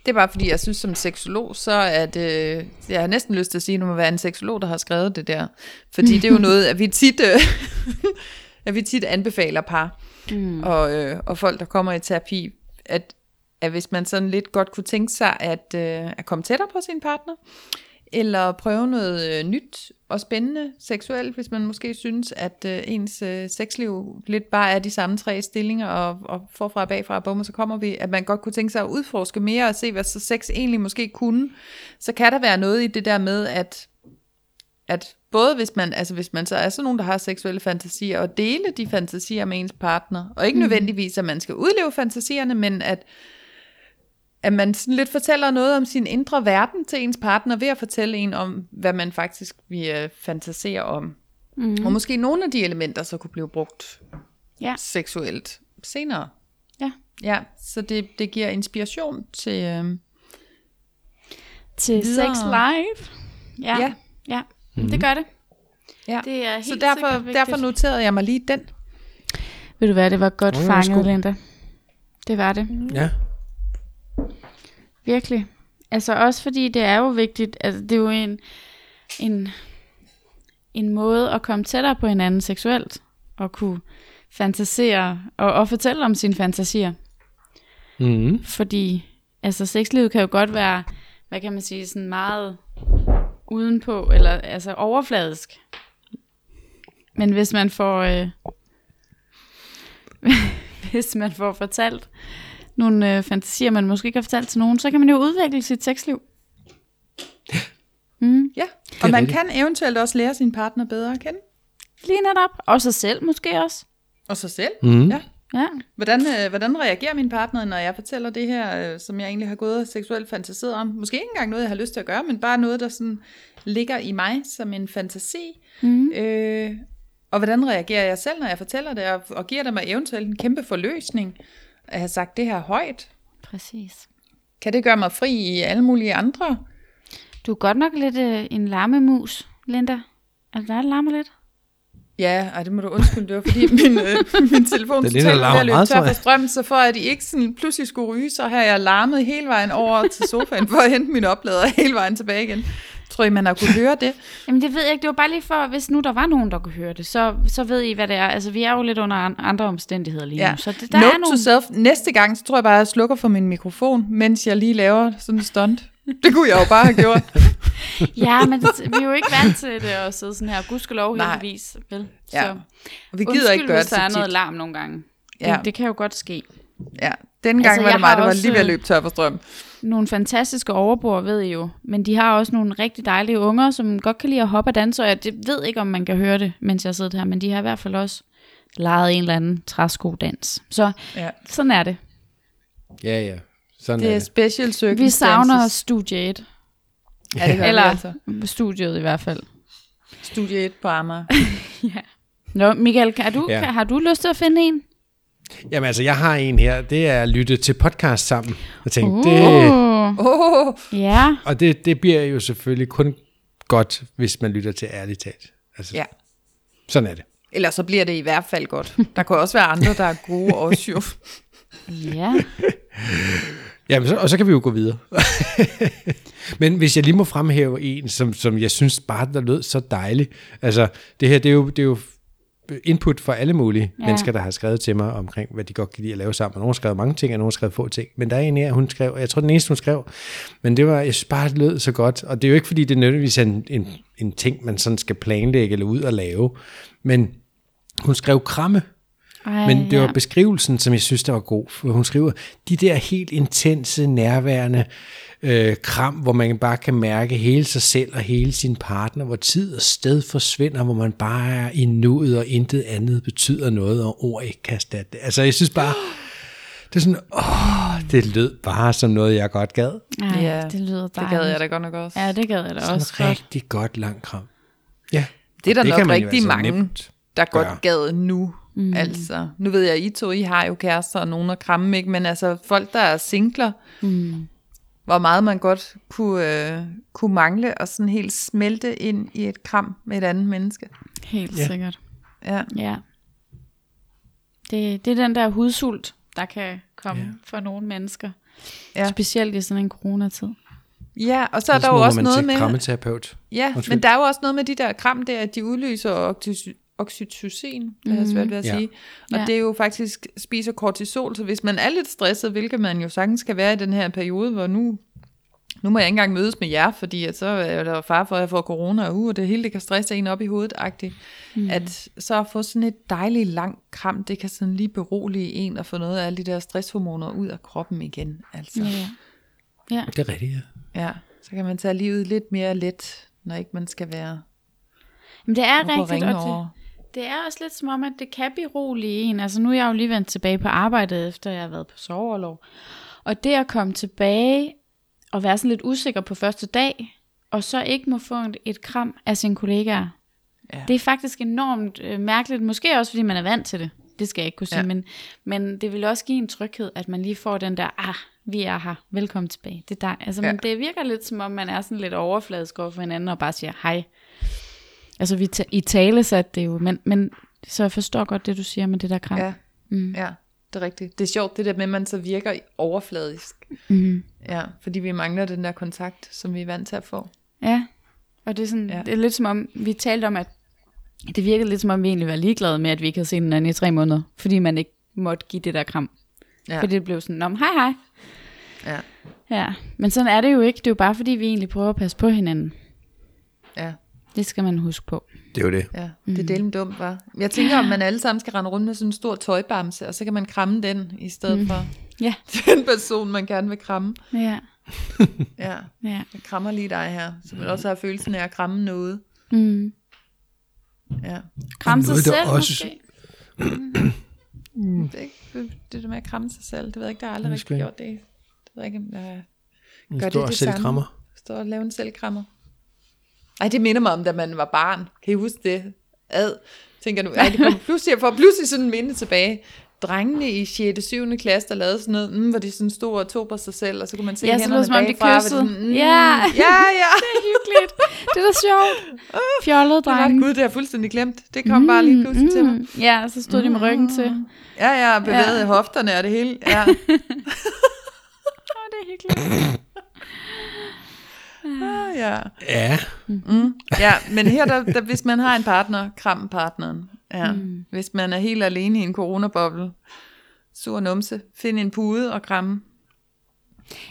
Speaker 4: Det er bare fordi, jeg synes som seksolog, så at øh, jeg har næsten lyst til at sige, at det må være en seksolog, der har skrevet det der. Fordi det er jo noget, at vi tit, øh, at vi tit anbefaler par mm. og, øh, og folk, der kommer i terapi, at, at hvis man sådan lidt godt kunne tænke sig at, øh, at komme tættere på sin partner, eller prøve noget øh, nyt og spændende seksuelt, hvis man måske synes, at øh, ens øh, sexliv lidt bare er de samme tre stillinger, og, og forfra, bagfra og bum, og så kommer vi, at man godt kunne tænke sig at udforske mere og se, hvad så sex egentlig måske kunne, så kan der være noget i det der med, at, at både hvis man, altså hvis man så er sådan nogen, der har seksuelle fantasier, og dele de fantasier med ens partner, og ikke nødvendigvis, at man skal udleve fantasierne, men at at man sådan lidt fortæller noget om sin indre verden til ens partner ved at fortælle en om, hvad man faktisk vi fantasere om. Mm. Og måske nogle af de elementer så kunne blive brugt
Speaker 3: Mhm. Ja.
Speaker 4: seksuelt senere.
Speaker 3: Ja.
Speaker 4: Ja, så det, det giver inspiration til... Øh,
Speaker 3: Til
Speaker 4: Videre.
Speaker 3: Sex Live. Ja.
Speaker 4: Ja.
Speaker 3: Ja. ja. Mm-hmm.
Speaker 2: Mhm.
Speaker 3: Det gør det.
Speaker 4: ja.
Speaker 3: Det er helt
Speaker 4: så
Speaker 3: sikkert
Speaker 4: derfor,
Speaker 3: vigtigt.
Speaker 4: derfor noterede jeg mig lige den.
Speaker 3: Ved du hvad, det var godt
Speaker 2: Nå, ja,
Speaker 3: fanget,
Speaker 2: værsgo.
Speaker 3: Linda. Det var det.
Speaker 2: Ja.
Speaker 3: Virkelig. Altså også fordi det er jo vigtigt, altså det er jo en, en, en måde at komme tættere på hinanden seksuelt, og kunne fantasere og, og fortælle om sine fantasier.
Speaker 2: Mm.
Speaker 3: Fordi altså sexlivet kan jo godt være, hvad kan man sige, sådan meget udenpå, eller altså overfladisk. Men hvis man får, øh, hvis man får fortalt nogle øh, fantasier, man måske ikke har fortalt til nogen, så kan man jo udvikle sit sexliv.
Speaker 4: Ja. Og man
Speaker 2: rigtigt.
Speaker 4: kan eventuelt også lære sin partner bedre at kende.
Speaker 3: Lige netop. Og sig selv måske også.
Speaker 4: Og sig selv.
Speaker 2: Mm.
Speaker 4: Ja.
Speaker 3: Ja.
Speaker 4: Hvordan, øh, hvordan reagerer min partner, når jeg fortæller det her, øh, som jeg egentlig har gået og seksuelt fantaseret om? Måske ikke engang noget, jeg har lyst til at gøre, men bare noget, der sådan ligger i mig som en fantasi. Mm. Øh, og hvordan reagerer jeg selv, når jeg fortæller det, og, og giver det mig eventuelt en kæmpe forløsning at have sagt det her højt?
Speaker 3: Præcis.
Speaker 4: Kan det gøre mig fri i alle mulige andre?
Speaker 3: Du er godt nok lidt øh, en larmemus, Linda. Er det dig, der larmer lidt?
Speaker 4: Ja, og det må du undskylde, det var fordi min, øh, min telefon
Speaker 2: Den ene
Speaker 4: totalt var ved
Speaker 2: larmer
Speaker 4: at løbe
Speaker 2: meget, tror
Speaker 4: tør for
Speaker 2: jeg.
Speaker 4: strøm, så for at I ikke sådan pludselig skulle ryge, så har jeg larmet hele vejen over til sofaen for at hente min oplader hele vejen tilbage igen. Tror I, man har kunne høre det?
Speaker 3: Jamen det ved jeg ikke, det var bare lige for, hvis nu der var nogen, der kunne høre det, så, så ved I, hvad det er. Altså vi er jo lidt under an- andre omstændigheder lige nu, så det, der
Speaker 4: Note
Speaker 3: er
Speaker 4: to
Speaker 3: nogle...
Speaker 4: self. Næste gang, så tror jeg bare, at jeg slukker for min mikrofon, mens jeg lige laver sådan en stunt. Det kunne jeg jo bare have gjort.
Speaker 3: Ja, men det, vi er jo ikke vant til det at sidde sådan her, gudskelov
Speaker 4: Nej.
Speaker 3: heldigvis. Vel?
Speaker 4: Ja.
Speaker 3: Så,
Speaker 4: Og vi gider
Speaker 3: undskyld,
Speaker 4: ikke gøre
Speaker 3: hvis
Speaker 4: det
Speaker 3: der er
Speaker 4: så
Speaker 3: noget
Speaker 4: tit.
Speaker 3: larm nogle gange. Ja.
Speaker 4: Ja.
Speaker 3: Det, det kan jo godt ske.
Speaker 4: Ja. Denne gang
Speaker 3: Altså,
Speaker 4: altså, var
Speaker 3: jeg
Speaker 4: det mig,
Speaker 3: har
Speaker 4: der var
Speaker 3: også,
Speaker 4: lige ved at
Speaker 3: øh,
Speaker 4: løbe tør for strøm.
Speaker 3: Nogle fantastiske overboer, ved I jo, men de har også nogle rigtig dejlige unger, som godt kan lide at hoppe og danse, og jeg det ved ikke, om man kan høre det, mens jeg sidder her, men de har i hvert fald også leget en eller anden træskodans. Så
Speaker 4: Ja.
Speaker 3: sådan er det.
Speaker 2: Ja, ja. Sådan
Speaker 4: Det er special circumstances.
Speaker 3: Vi savner studie 1,
Speaker 4: Ja, det Eller...
Speaker 3: eller
Speaker 4: altså.
Speaker 3: studiet i hvert fald.
Speaker 4: Studie 1 på Amager.
Speaker 3: Nå, Michael, kan, er du,
Speaker 2: Ja.
Speaker 3: ja. kan, har du lyst til at finde en?
Speaker 2: Jamen altså, jeg har en her. Det er at lytte til podcast sammen. Jeg tænkte, uh. det,
Speaker 3: Uh,
Speaker 4: Oh,
Speaker 3: ja,
Speaker 2: og det, det bliver jo selvfølgelig kun godt, hvis man lytter til ærligt talt. Altså,
Speaker 4: ja.
Speaker 2: Sådan er det.
Speaker 4: Eller så bliver det i hvert fald godt. Der kan også være andre, der er gode også jo.
Speaker 3: ja.
Speaker 2: Jamen, så, og så kan vi jo gå videre. Men hvis jeg lige må fremhæve en, som, som jeg synes bare, der lød så dejlig. Altså, det her, det er jo, det er jo input fra alle mulige ja.
Speaker 3: Ja.
Speaker 2: mennesker, der har skrevet til mig omkring, hvad de godt kan lide at lave sammen. Og nogen har skrevet mange ting, og nogen har skrevet få ting. Men der er en her, hun skrev, og jeg tror, den eneste, hun skrev, men det var, jeg synes bare, det lød så godt. Og det er jo ikke, fordi det nødvendigvis er en, en, en ting, man sådan skal planlægge eller ud og lave. Men hun skrev kramme.
Speaker 3: Ej,
Speaker 2: Men det
Speaker 3: ja.
Speaker 2: var beskrivelsen, som jeg synes, der var god. For hun skriver, de der helt intense, nærværende øh, kram, hvor man bare kan mærke hele sig selv og hele sin partner, hvor tid og sted forsvinder, hvor man bare er i nuet, og intet andet betyder noget, og ord ikke kan erstatte det. Altså, jeg synes bare, det er sådan, åh, det lød bare som noget, jeg godt gad.
Speaker 3: Ej,
Speaker 4: Ja,
Speaker 3: det lyder
Speaker 4: Det
Speaker 3: dejligt.
Speaker 4: gad jeg da godt nok også.
Speaker 3: Ja, det gad jeg da
Speaker 2: Sådan
Speaker 3: også
Speaker 2: en
Speaker 3: godt.
Speaker 2: rigtig godt lang kram. Ja,
Speaker 4: Det er der
Speaker 2: det
Speaker 4: nok
Speaker 2: kan man jo
Speaker 4: rigtig
Speaker 2: altså
Speaker 4: mange,
Speaker 2: nemt
Speaker 4: der godt
Speaker 2: gøre.
Speaker 4: gad nu. Mm. Altså, nu ved jeg, I to, I har jo kærester og nogen at kramme, ikke? men altså folk, der er singler, mm. hvor meget man godt kunne, øh, kunne mangle og sådan helt smelte ind i et kram med et andet menneske.
Speaker 3: Helt
Speaker 2: Ja.
Speaker 3: sikkert.
Speaker 4: Ja.
Speaker 3: Ja. Det, det er den der hudsult, der kan komme ja. for nogle mennesker.
Speaker 4: Ja.
Speaker 3: Ja. Specielt i sådan en coronatid.
Speaker 4: ja, og så er der
Speaker 2: Ligesom
Speaker 4: jo
Speaker 2: når
Speaker 4: også
Speaker 2: man
Speaker 4: noget
Speaker 2: til
Speaker 4: med...
Speaker 2: Krammeterapeut.
Speaker 4: Ja,
Speaker 2: Undskyld.
Speaker 4: men der er jo også noget med de der kram der, at de udløser oxy- oxytocin, det har jeg svært ved at
Speaker 2: Ja.
Speaker 4: sige. Og
Speaker 3: Mhm. Ja.
Speaker 4: det er jo faktisk spiser kortisol, så hvis man er lidt stresset, hvilket man jo sagtens kan være i den her periode, hvor nu, nu må jeg ikke engang mødes med jer, fordi at så er der far for, at jeg får corona og uge, og det hele det kan stresse en op i hovedet -agtigt.
Speaker 3: Mhm.
Speaker 4: Mm. At så at få sådan et dejligt langt kram, det kan sådan lige berolige en og få noget af alle de der stresshormoner ud af kroppen igen. Altså.
Speaker 3: Ja. Ja.
Speaker 2: Det er rigtigt, ja.
Speaker 4: Ja, så kan man tage livet lidt mere let, når ikke man skal være
Speaker 3: Men det er
Speaker 4: oppe og
Speaker 3: rigtigt,
Speaker 4: ringe
Speaker 3: og
Speaker 4: over.
Speaker 3: det, det er også lidt som om, at det kan berolige en. Altså nu er jeg jo lige vendt tilbage på arbejdet, efter jeg har været på soverlov. Og det at komme tilbage og være sådan lidt usikker på første dag, og så ikke må få et- et kram af sine kollegaer,
Speaker 4: Ja.
Speaker 3: Det er faktisk enormt øh, mærkeligt, måske også fordi man er vant til det. Det skal jeg ikke kunne sige,
Speaker 4: Ja.
Speaker 3: ja. men, men det vil også give en tryghed, at man lige får den der, ah, vi er her, velkommen tilbage, det er dig. Altså,
Speaker 4: Ja.
Speaker 3: ja. det virker lidt som om, man er sådan lidt overfladisk over for hinanden og bare siger hej. Altså, vi ta- i tale satte det jo, men, men så jeg forstår godt det, du siger med det der kram.
Speaker 4: Ja,
Speaker 3: Ja.
Speaker 4: mm. ja, det er rigtigt. Det er sjovt, det der med, at man så virker overfladisk.
Speaker 3: Mm-hmm.
Speaker 4: Ja, fordi vi mangler den der kontakt, som vi er vant til at få.
Speaker 3: ja. Og det er, sådan,
Speaker 4: Ja.
Speaker 3: ja. det er lidt som om, vi talte om, at det virkede lidt som om, vi egentlig var ligeglade med, at vi ikke havde set hinanden i tre måneder, fordi man ikke måtte give det der kram.
Speaker 4: Ja,
Speaker 3: Ja. Fordi det blev sådan, om hej hej.
Speaker 4: ja,
Speaker 3: Ja, men sådan er det jo ikke. Det er jo bare fordi, vi egentlig prøver at passe på hinanden.
Speaker 4: ja.
Speaker 3: Det skal man huske på.
Speaker 2: Det er jo det.
Speaker 4: Ja, det er delen dumt, var. Jeg tænker, om man alle sammen skal rende rundt med sådan en stor tøjbamse, og så kan man kramme den, i stedet mm. for
Speaker 3: Ja,
Speaker 4: den person, man gerne vil kramme.
Speaker 3: ja,
Speaker 4: Ja,
Speaker 3: ja.
Speaker 4: jeg krammer lige dig her, så man også har følelsen af at kramme noget.
Speaker 3: Mm.
Speaker 4: Ja,
Speaker 3: Kram
Speaker 2: Og
Speaker 3: sig
Speaker 2: noget, der
Speaker 3: selv
Speaker 2: også-
Speaker 3: også... måske.
Speaker 4: det, er ikke- det der med at kramme sig selv, det ved jeg ikke, der har aldrig
Speaker 2: Det er
Speaker 4: rigtig
Speaker 2: sgu ikke.
Speaker 4: gjort det. Det ved jeg ikke, om jeg
Speaker 2: En
Speaker 4: Gør det
Speaker 2: stor
Speaker 4: det samme?
Speaker 2: selvkrammer.
Speaker 4: Stå og lave en selvkrammer. Ej, det minder mig om, da man var barn. Kan I huske det? Ad, tænker du. Ej, det kom pludselig, jeg får pludselig sådan en minde tilbage. Drengene i 6. og 7. klasse, der lavede sådan noget, mm, hvor de sådan stod og tog på sig selv, og så kunne man se
Speaker 3: Ja, så
Speaker 4: hænderne
Speaker 3: lød det, som om de
Speaker 4: bagfra, hvor
Speaker 3: kyssede.
Speaker 4: sådan, mm,
Speaker 3: Ja.
Speaker 4: ja, ja.
Speaker 3: Det er hyggeligt. Det er da sjovt. Fjollede
Speaker 4: Det var,
Speaker 3: drenge.
Speaker 4: gud, det har jeg fuldstændig glemt. Det kom bare lige pludselig til mig.
Speaker 3: Mm, Ja, så stod de med ryggen til.
Speaker 4: Ja, ja, og bevægede ja. hofterne og det hele. Ja.
Speaker 3: Åh, det er hyggeligt.
Speaker 4: Ah, ja.
Speaker 2: Ja,
Speaker 4: Ja, men her, der, der, hvis man har en partner, kram partneren. Ja. Mm. Hvis man er helt alene i en coronaboble, sur numse, find en pude og kramme.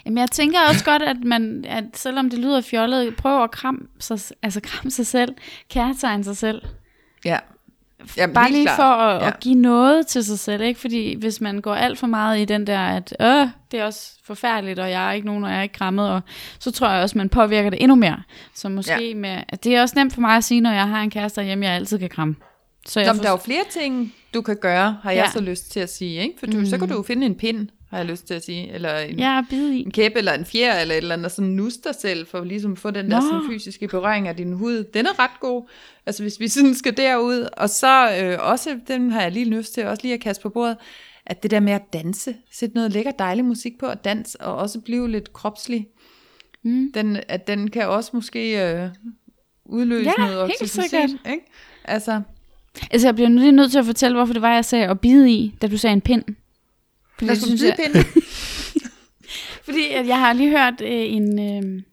Speaker 3: Jamen, jeg tænker også godt, at man, at selvom det lyder fjollet, prøv at kram sig, altså kram sig selv, kærtegne sig selv.
Speaker 4: Ja. Jamen,
Speaker 3: Bare
Speaker 4: helt
Speaker 3: lige
Speaker 4: klart.
Speaker 3: for at,
Speaker 4: Ja.
Speaker 3: ja. at give noget til sig selv, ikke? Fordi hvis man går alt for meget i den der, at øh, det er også forfærdeligt, og jeg er ikke nogen, og jeg er ikke krammet, og så tror jeg også, man påvirker det endnu mere. Så måske ja. med, at det er også nemt for mig at sige, når jeg har en kæreste derhjemme, jeg altid kan kramme. Så jeg
Speaker 4: Nå, men
Speaker 3: får-
Speaker 4: der er jo flere ting, du kan gøre, har jeg
Speaker 3: Ja.
Speaker 4: så lyst til at sige. Ikke? For du, mm. så kan du jo finde en pind, har jeg lyst til at sige. Eller en,
Speaker 3: jeg er bid i.
Speaker 4: en kæppe eller en fjer eller et eller andet, og sådan nusse dig selv, for at ligesom få den der
Speaker 3: Nå.
Speaker 4: sådan, fysiske berøring af din hud. Den er ret god, altså hvis vi sådan skal derud. Og så øh, også, den har jeg lige lyst til, også lige at kaste på bordet, at det der med at danse, sætte noget lækker dejlig musik på og dans, og også blive lidt kropslig, mm. den, at den kan også måske øh, udløse
Speaker 3: Ja,
Speaker 4: noget
Speaker 3: helt
Speaker 4: oxytocin,
Speaker 3: sikkert.
Speaker 4: Ikke? Altså,
Speaker 3: Altså, jeg bliver nu lige nødt til at fortælle, hvorfor det var, jeg sagde at bide i, da du sagde en pind. Fordi,
Speaker 4: lad
Speaker 3: det
Speaker 4: os
Speaker 3: synes
Speaker 4: blive
Speaker 3: jeg,
Speaker 4: pinde.
Speaker 3: fordi at jeg har lige hørt øh, en, øh,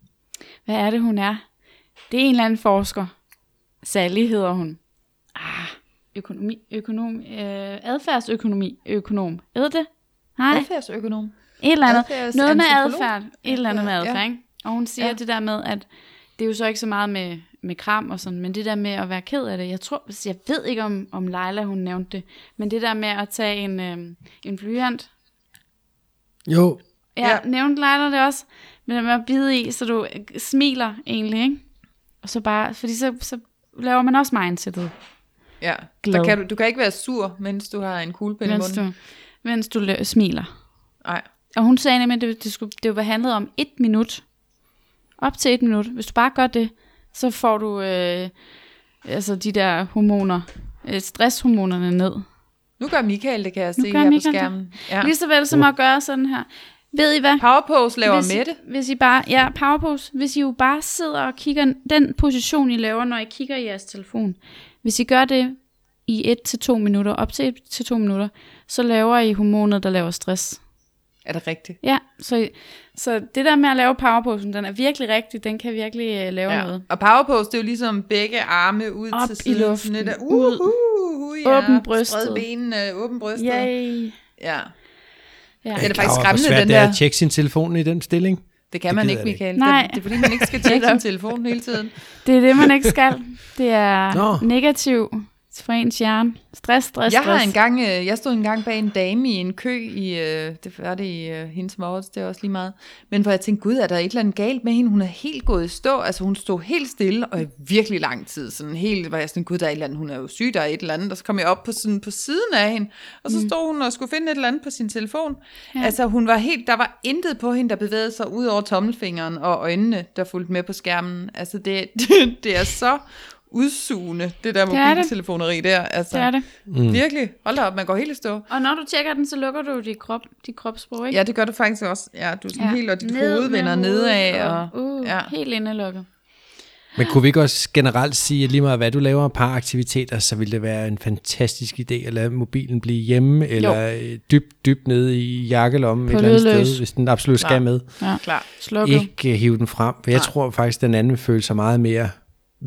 Speaker 3: hvad er det, hun er? Det er en eller anden forsker. Sally hedder hun. Ah, økonomi, økonom, øh, adfærdsøkonomi, økonom. Ved det? Nej,
Speaker 4: Adfærdsøkonom.
Speaker 3: et eller andet.
Speaker 4: adfærds-
Speaker 3: Noget med
Speaker 4: antropolog?
Speaker 3: adfærd. Et eller andet med
Speaker 4: Ja.
Speaker 3: adfærd, ikke? Og hun siger
Speaker 4: Ja.
Speaker 3: ja. det der med, at det er jo så ikke så meget med, med kram og sådan, men det der med at være ked af det, jeg tror, jeg ved ikke om, om Leila, hun nævnte det, men det der med at tage en, øh, en blyant,
Speaker 2: Jo,
Speaker 3: Ja,
Speaker 4: Ja.
Speaker 3: ja. nævnte Leila det også. Men den var bide i, så du øh, smiler egentlig, ikke? Og så bare, fordi så, så laver man også mindsetet,
Speaker 4: Ja, der
Speaker 3: Glad.
Speaker 4: kan du, du kan ikke være sur, mens du har en kuglepen i
Speaker 3: mens
Speaker 4: munden.
Speaker 3: du, mens du lø- smiler.
Speaker 4: Nej,
Speaker 3: Og hun sagde nemlig, at det, det, skulle, det var handlet om et minut. Op til et minut. Hvis du bare gør det, så får du øh, altså de der hormoner, øh, stresshormonerne ned.
Speaker 4: Nu gør Michael det, kan jeg
Speaker 3: Nu
Speaker 4: se
Speaker 3: gør Michael
Speaker 4: her på
Speaker 3: det. Ligesom
Speaker 4: skærmen. Ja.
Speaker 3: Ja. Lige så vel som at gøre sådan her. Ved I hvad?
Speaker 4: Powerpose laver
Speaker 3: hvis, I-
Speaker 4: Mette.
Speaker 3: Hvis I bare, ja, powerpose. Hvis I jo bare sidder og kigger, den position, I laver, når I kigger i jeres telefon. Hvis I gør det i 1 til to minutter, op til 1 til to minutter, så laver I hormonet, der laver stress.
Speaker 4: Er det rigtigt?
Speaker 3: Ja, så, så det der med at lave powerposen, den er virkelig rigtig, den kan virkelig øh, lave ja. noget.
Speaker 4: Og powerpose, det er jo ligesom begge arme ud
Speaker 3: Op
Speaker 4: til
Speaker 3: i
Speaker 4: siden.
Speaker 3: luften,
Speaker 4: sådan lidt af,
Speaker 3: ud.
Speaker 4: uhuhu, ja,
Speaker 3: Åben brystet.
Speaker 4: Spred benene, åben brystet.
Speaker 3: Yay.
Speaker 4: Ja.
Speaker 3: Ja.
Speaker 4: Ja, det er faktisk
Speaker 2: Klar, hvor
Speaker 4: skræmmende,
Speaker 2: svært
Speaker 4: den
Speaker 2: det er
Speaker 4: der-
Speaker 2: at tjekke sin telefon i den stilling.
Speaker 4: Det kan man
Speaker 2: gider
Speaker 4: ikke,
Speaker 2: jeg ikke.
Speaker 4: Michael.
Speaker 3: Nej.
Speaker 4: Det, det er fordi, man ikke skal tjekke sin telefon hele tiden.
Speaker 3: Det er det, man ikke skal. Det er
Speaker 2: Nå.
Speaker 3: negativ for ens hjerne. Stress, stress,
Speaker 4: Jeg har
Speaker 3: stress.
Speaker 4: engang, øh, jeg stod engang bag en dame i en kø i, øh, det var det i øh, hendes morges, det er også lige meget. Men hvor jeg tænkte, gud, er der et eller andet galt med hende? Hun er helt gået i stå, altså hun stod helt stille og i virkelig lang tid. Sådan helt, var jeg sådan, gud, der er et eller andet, hun er jo syg, der er et eller andet. Og så kom jeg op på, sådan, på siden af hende, og
Speaker 3: Mm.
Speaker 4: så stod hun og skulle finde et eller andet på sin telefon. Ja. Altså hun var helt, der var intet på hende, der bevægede sig ud over tommelfingeren og øjnene, der fulgte med på skærmen. Altså det, det, det er så udsugende, det der
Speaker 3: Det er det.
Speaker 4: mobiltelefoneri der. Altså.
Speaker 3: Det er det.
Speaker 4: Mm. Virkelig. Hold da op, man går helt i stå.
Speaker 3: Og når du tjekker den, så lukker du dit krop, dit kropsprog, ikke?
Speaker 4: Ja, det gør du faktisk også. Ja, du er sådan ja. helt, og dit
Speaker 3: Ned
Speaker 4: hoved
Speaker 3: med
Speaker 4: vender
Speaker 3: hovedet,
Speaker 4: nedad. Og,
Speaker 3: uh,
Speaker 4: ja.
Speaker 3: ja. helt indelukket.
Speaker 2: Men kunne vi ikke også generelt sige, at lige meget hvad du laver af paraktiviteter, så ville det være en fantastisk idé at lade mobilen blive hjemme, eller øh, dybt, dybt nede i jakkelommen et
Speaker 3: På
Speaker 2: eller andet
Speaker 3: lydløs.
Speaker 2: sted, hvis den absolut skal med.
Speaker 3: Ja.
Speaker 4: Klar.
Speaker 3: Slukket.
Speaker 2: Ikke øh, hive den frem, for jeg tror faktisk, at den anden vil føle sig meget mere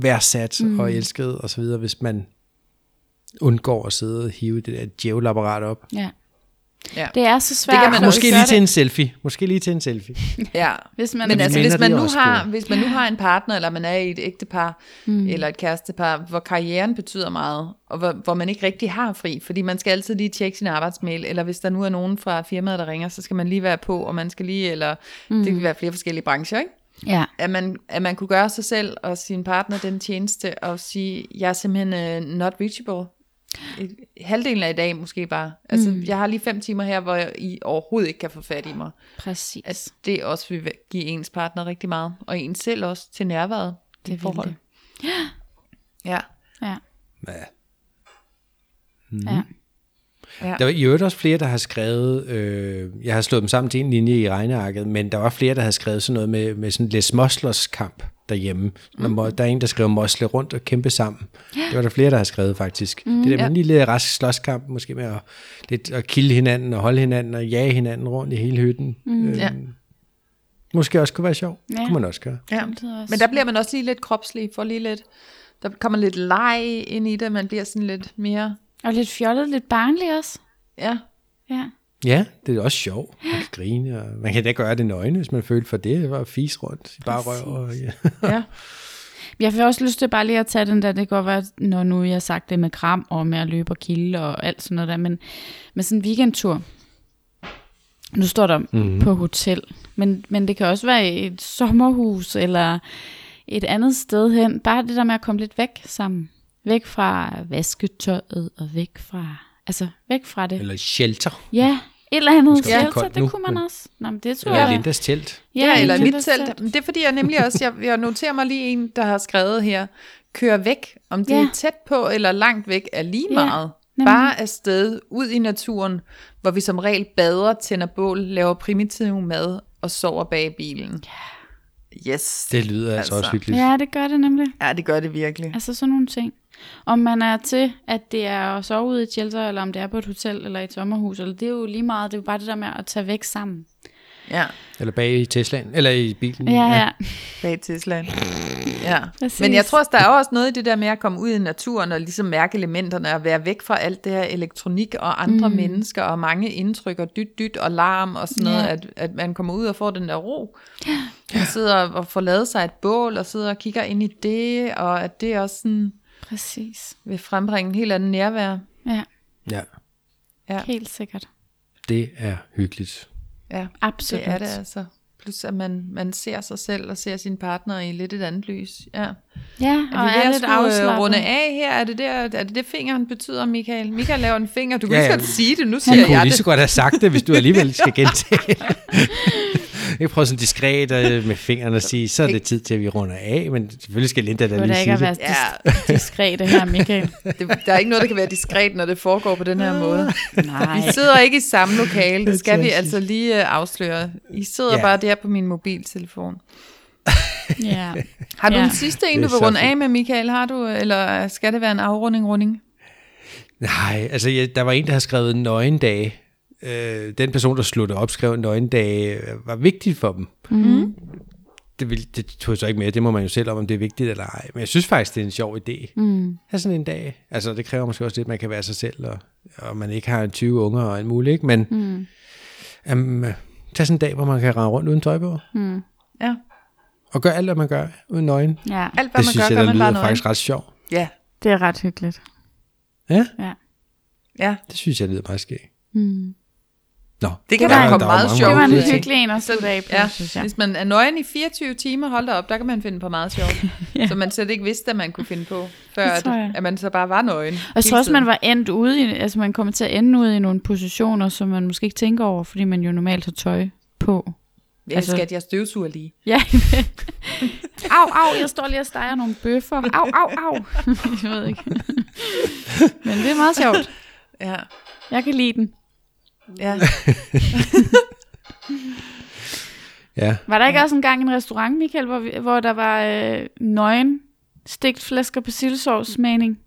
Speaker 2: værdsat mm. og elsket osv., hvis man undgår at sidde og hive det der djævelapparat op. Ah,
Speaker 3: Ja.
Speaker 4: Ja.
Speaker 3: Det er så svært.
Speaker 4: Det kan man
Speaker 3: at
Speaker 4: også
Speaker 2: Måske
Speaker 3: gøre
Speaker 2: lige
Speaker 3: det,
Speaker 2: til en selfie. Måske lige til en selfie.
Speaker 4: Ja.
Speaker 3: Hvis man
Speaker 4: Men
Speaker 3: er
Speaker 4: altså,
Speaker 2: mener,
Speaker 4: hvis man,
Speaker 2: det er
Speaker 4: nu
Speaker 2: også
Speaker 4: har,
Speaker 2: gode.
Speaker 4: hvis man nu har en partner, eller man er i et ægtepar, mm. eller et kærestepar, hvor karrieren betyder meget, og hvor, hvor man ikke rigtig har fri, fordi man skal altid lige tjekke sin arbejdsmail, eller hvis der nu er nogen fra firmaet, der ringer, så skal man lige være på, og man skal lige, eller mm. det kan være flere forskellige brancher, ikke?
Speaker 3: Ja.
Speaker 4: at man, at man kunne gøre sig selv og sin partner den tjeneste og sige, jeg er simpelthen uh, not reachable. Et- Halvdelen af i dag måske bare. Altså, mm. jeg har lige fem timer her, hvor jeg, I overhovedet ikke kan få fat i mig.
Speaker 3: Præcis.
Speaker 4: At det også vil give ens partner rigtig meget, og en selv også til nærværet. i
Speaker 3: Det vil
Speaker 4: forhold.
Speaker 3: det.
Speaker 4: Ja.
Speaker 3: Ja.
Speaker 2: Ja.
Speaker 3: ja.
Speaker 2: Der var i øvrigt også flere, der har skrevet, øh, jeg har slået dem sammen til en linje i regnearket, men der var flere, der havde skrevet sådan noget med, med sådan Les Moslers kamp derhjemme. Man må, der er en, der skrev Mosle rundt og kæmpe sammen. Det var der flere, der har skrevet faktisk. Mm, det der med en lille rask slåskamp, måske med at, lidt, at kilde hinanden og holde hinanden og jage hinanden rundt i hele hytten. Mm, øh,
Speaker 4: ja.
Speaker 2: Måske også kunne være sjov.
Speaker 3: Ja.
Speaker 2: Ja. Kunne man også gøre.
Speaker 4: ja.
Speaker 3: lyder også
Speaker 4: Men der bliver man også lige lidt kropslig, for lige lidt, der kommer lidt leg ind i det, man bliver sådan lidt mere,
Speaker 3: Og lidt fjollet, lidt barnlig også.
Speaker 4: ja,
Speaker 3: Ja.
Speaker 2: Ja, det er også sjovt. Man kan grine, og man kan da gøre det nøgne, hvis man følte for det. Det var fis rundt i bare røv. Og, ja.
Speaker 4: ja.
Speaker 3: Jeg får også lyst til bare lige at tage den der, det kan godt være, når nu jeg har sagt det med kram og med at løbe og kilde og alt sådan noget der, men med sådan en weekendtur. Nu står der
Speaker 2: Mhm.
Speaker 3: mm-hmm. på hotel, men, men det kan også være i et sommerhus eller et andet sted hen. Bare det der med at komme lidt væk sammen. Væk fra vasketøjet og væk fra, altså væk fra det.
Speaker 2: Eller shelter.
Speaker 3: Ja, et eller andet
Speaker 2: være
Speaker 3: shelter,
Speaker 2: koldt
Speaker 3: det
Speaker 2: nu,
Speaker 3: kunne man
Speaker 2: men-
Speaker 3: også. Nå, men det tror
Speaker 2: Eller
Speaker 3: jeg. da.
Speaker 2: Lindas telt.
Speaker 4: Ja, eller i mit
Speaker 3: Lindas
Speaker 4: telt. Men det er fordi, jeg nemlig også, jeg, jeg noterer mig lige en, der har skrevet her, kør væk, om det
Speaker 3: Ja.
Speaker 4: ja. er tæt på eller langt væk, er lige
Speaker 3: Ja,
Speaker 4: meget. Ja,
Speaker 3: nemlig.
Speaker 4: Bare afsted, ud i naturen, hvor vi som regel bader, tænder bål, laver primitiv mad og sover bag i bilen. Yes.
Speaker 2: Det lyder altså, altså også hyggeligt.
Speaker 3: Ja, det gør det nemlig.
Speaker 4: Ja, det gør det virkelig.
Speaker 3: Altså sådan nogle ting. Om man er til, at det er at sove ude i et shelter, eller om det er på et hotel, eller et sommerhus, eller det er jo lige meget, det er jo bare det der med at tage væk sammen.
Speaker 4: Mm, Ja,
Speaker 2: Eller bag i Teslaen, eller i bilen.
Speaker 3: Ja, ja.
Speaker 4: bag Tesla. Ja.
Speaker 3: Præcis.
Speaker 4: Men jeg tror også, der er også noget i det der med at komme ud i naturen og ligesom mærke elementerne og være væk fra alt det her elektronik og andre mm. mennesker og mange indtryk og dyt, dyt og larm og sådan noget,
Speaker 3: Ja.
Speaker 4: at, at man kommer ud og får den der ro. Man sidder og får lavet sig et bål og sidder og kigger ind i det, og at det også sådan
Speaker 3: Præcis.
Speaker 4: vil frembringe en helt anden nærvær.
Speaker 3: Ja,
Speaker 2: ja.
Speaker 4: Ja,
Speaker 3: helt sikkert.
Speaker 2: Det er hyggeligt.
Speaker 4: ja.
Speaker 3: Absolut.
Speaker 4: det er det altså. Plus at man, man ser sig selv og ser sin partner i lidt et andet lys. Ja.
Speaker 3: Ja,
Speaker 4: Er
Speaker 3: og
Speaker 4: vi ved
Speaker 3: er
Speaker 4: at
Speaker 3: lidt
Speaker 4: skulle, øh,
Speaker 3: afslappet.
Speaker 4: runde af her? Er det, der, er det det fingeren betyder, Michael? Michael laver en finger. Du kan
Speaker 2: Ja,
Speaker 4: ja, lige så
Speaker 2: ja.
Speaker 4: godt sige det. Nu
Speaker 2: Jeg
Speaker 4: siger
Speaker 2: kunne
Speaker 4: jeg
Speaker 2: lige
Speaker 4: det.
Speaker 2: så godt have sagt det, hvis du alligevel skal gentage det. Jeg prøver sådan diskret øh, med fingrene at sige, så er det tid til, at vi runder af, men selvfølgelig skal Linda da
Speaker 3: Kunne
Speaker 2: lige
Speaker 3: da
Speaker 2: sige
Speaker 3: ikke have været
Speaker 2: det.
Speaker 4: Ja.
Speaker 3: dis- diskret det her, Michael?
Speaker 4: det. Der er ikke noget, der kan være diskret, når det foregår på den her måde.
Speaker 3: Nej.
Speaker 4: Vi sidder ikke i samme lokale. Det skal vi
Speaker 2: Fantastisk.
Speaker 4: altså lige øh, afsløre. I sidder
Speaker 2: Ja.
Speaker 4: bare der på min mobiltelefon.
Speaker 3: Ja.
Speaker 4: Har du
Speaker 3: Ja.
Speaker 4: en sidste en,
Speaker 2: Det
Speaker 4: du
Speaker 2: er
Speaker 4: vil
Speaker 2: så
Speaker 4: runde af
Speaker 2: fint.
Speaker 4: med, Michael? Har du, eller skal det være en afrunding runding?
Speaker 2: Nej, altså jeg, der var en, der havde skrevet nøgendage. Øh, den person, der sluttede op, skrev nøgendage, øh, var vigtigt for dem. Mm.
Speaker 4: Mm-hmm.
Speaker 2: Det, vil, det tog jeg så ikke med, det må man jo selv om, om det er vigtigt eller ej. Men jeg synes faktisk, det er en sjov idé. Mm. Have sådan en dag. Altså det kræver måske også lidt, at man kan være sig selv, og, og man ikke har 20 unger og alt muligt, ikke? Men mm. um, tag sådan en dag, hvor man kan rende rundt uden tøj på. Mm.
Speaker 4: Ja.
Speaker 2: Og gør alt, hvad man gør, uden nøgen.
Speaker 3: ja,
Speaker 4: Alt, hvad
Speaker 2: Det
Speaker 4: man
Speaker 2: synes
Speaker 4: gør,
Speaker 2: jeg, der
Speaker 4: gør man bare
Speaker 2: lyder
Speaker 4: noget.
Speaker 2: faktisk ret sjovt.
Speaker 4: Ja,
Speaker 3: det er ret hyggeligt.
Speaker 2: Ja,
Speaker 3: Ja.
Speaker 4: ja.
Speaker 2: det synes jeg lyder meget skægt. Mm. Nå,
Speaker 4: Det kan
Speaker 2: der
Speaker 4: der
Speaker 2: var- der
Speaker 4: komme
Speaker 2: var
Speaker 4: meget
Speaker 2: mange
Speaker 4: sjovt
Speaker 3: Hmm. Det
Speaker 2: gode
Speaker 3: var
Speaker 2: ting.
Speaker 3: en
Speaker 4: ud af.
Speaker 3: hyggelig en at slutte af på,
Speaker 4: Ja,
Speaker 3: synes jeg.
Speaker 4: hvis man er nøgen i 24 timer, hold da op, der kan man finde på meget sjovt. ja. Som man slet ikke vidste, at man kunne finde på, før
Speaker 3: Det
Speaker 4: at,
Speaker 3: tror jeg.
Speaker 4: at man så bare var nøgen.
Speaker 3: Og jeg tror også, man var endt ude i, altså man kommer til at ende ude i nogle positioner, som man måske ikke tænker over, fordi man jo normalt har tøj på.
Speaker 4: Ja,
Speaker 3: altså-
Speaker 4: altså... skat, jeg støvsuger lige.
Speaker 3: Ja. au, au, jeg står lige og steger nogle bøffer. Au, au, au. jeg ved ikke. Men det er meget sjovt.
Speaker 4: Ja,
Speaker 3: Jeg kan lide den.
Speaker 4: ja.
Speaker 2: Ja,
Speaker 3: Var der ikke også engang en restaurant, Michael, hvor, vi, hvor der var øh, nøgen stegt flæsker på sildesovs smagning?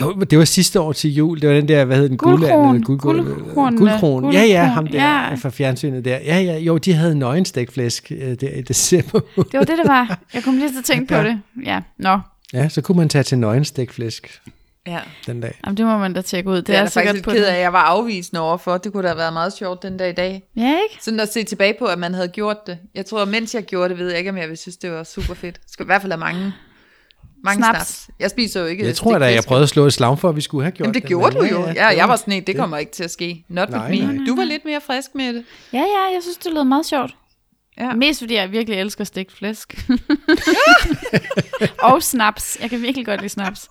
Speaker 2: Jo, men det var sidste år til jul. Det var den der, hvad hed den?
Speaker 3: Guldkron.
Speaker 2: Guldland-
Speaker 3: Guldkron.
Speaker 2: Guldkron. Guldkron. Ja, ja, ham der
Speaker 3: Ja.
Speaker 2: ja. fra fjernsynet der. Ja, ja, jo, de havde nøgenstækflæsk øh, der i december.
Speaker 3: Det var det, det var. Jeg kom lige til at tænke på det. Ja, nå.
Speaker 2: ja, så kunne man tage til nøgenstækflæsk
Speaker 4: ja.
Speaker 2: den dag.
Speaker 3: Jamen, det må man da tjekke ud. Det,
Speaker 4: Det er,
Speaker 3: er,
Speaker 4: jeg faktisk
Speaker 3: sikkert
Speaker 4: lidt
Speaker 3: på
Speaker 4: ked
Speaker 3: den-
Speaker 4: af, at jeg var afvisende overfor. Det kunne da have været meget sjovt den dag i dag.
Speaker 3: Ja, ikke?
Speaker 4: Sådan at se tilbage på, at man havde gjort det. Jeg tror, at mens jeg gjorde det, ved jeg ikke, om jeg ville synes, det var super fedt. Jeg skal i hvert fald have mange, mange
Speaker 3: Snaps.
Speaker 4: snaps. snaps. Jeg spiser jo ikke
Speaker 2: Jeg tror da,
Speaker 4: stegfisk.
Speaker 2: jeg prøvede at slå et slag for, at vi skulle have gjort
Speaker 4: Jamen, det
Speaker 2: den,
Speaker 4: gjorde du
Speaker 2: men
Speaker 4: jo. Ja, jeg var sådan en, det
Speaker 2: det-
Speaker 4: kommer ikke til at ske. Not
Speaker 2: Nej,
Speaker 4: with me.
Speaker 2: nej.
Speaker 4: Du var lidt mere frisk med det.
Speaker 3: Ja, ja, jeg synes, det lød meget sjovt.
Speaker 4: Ja.
Speaker 3: Mest fordi jeg virkelig elsker stegt flæsk. og snaps. Jeg kan virkelig godt lide snaps.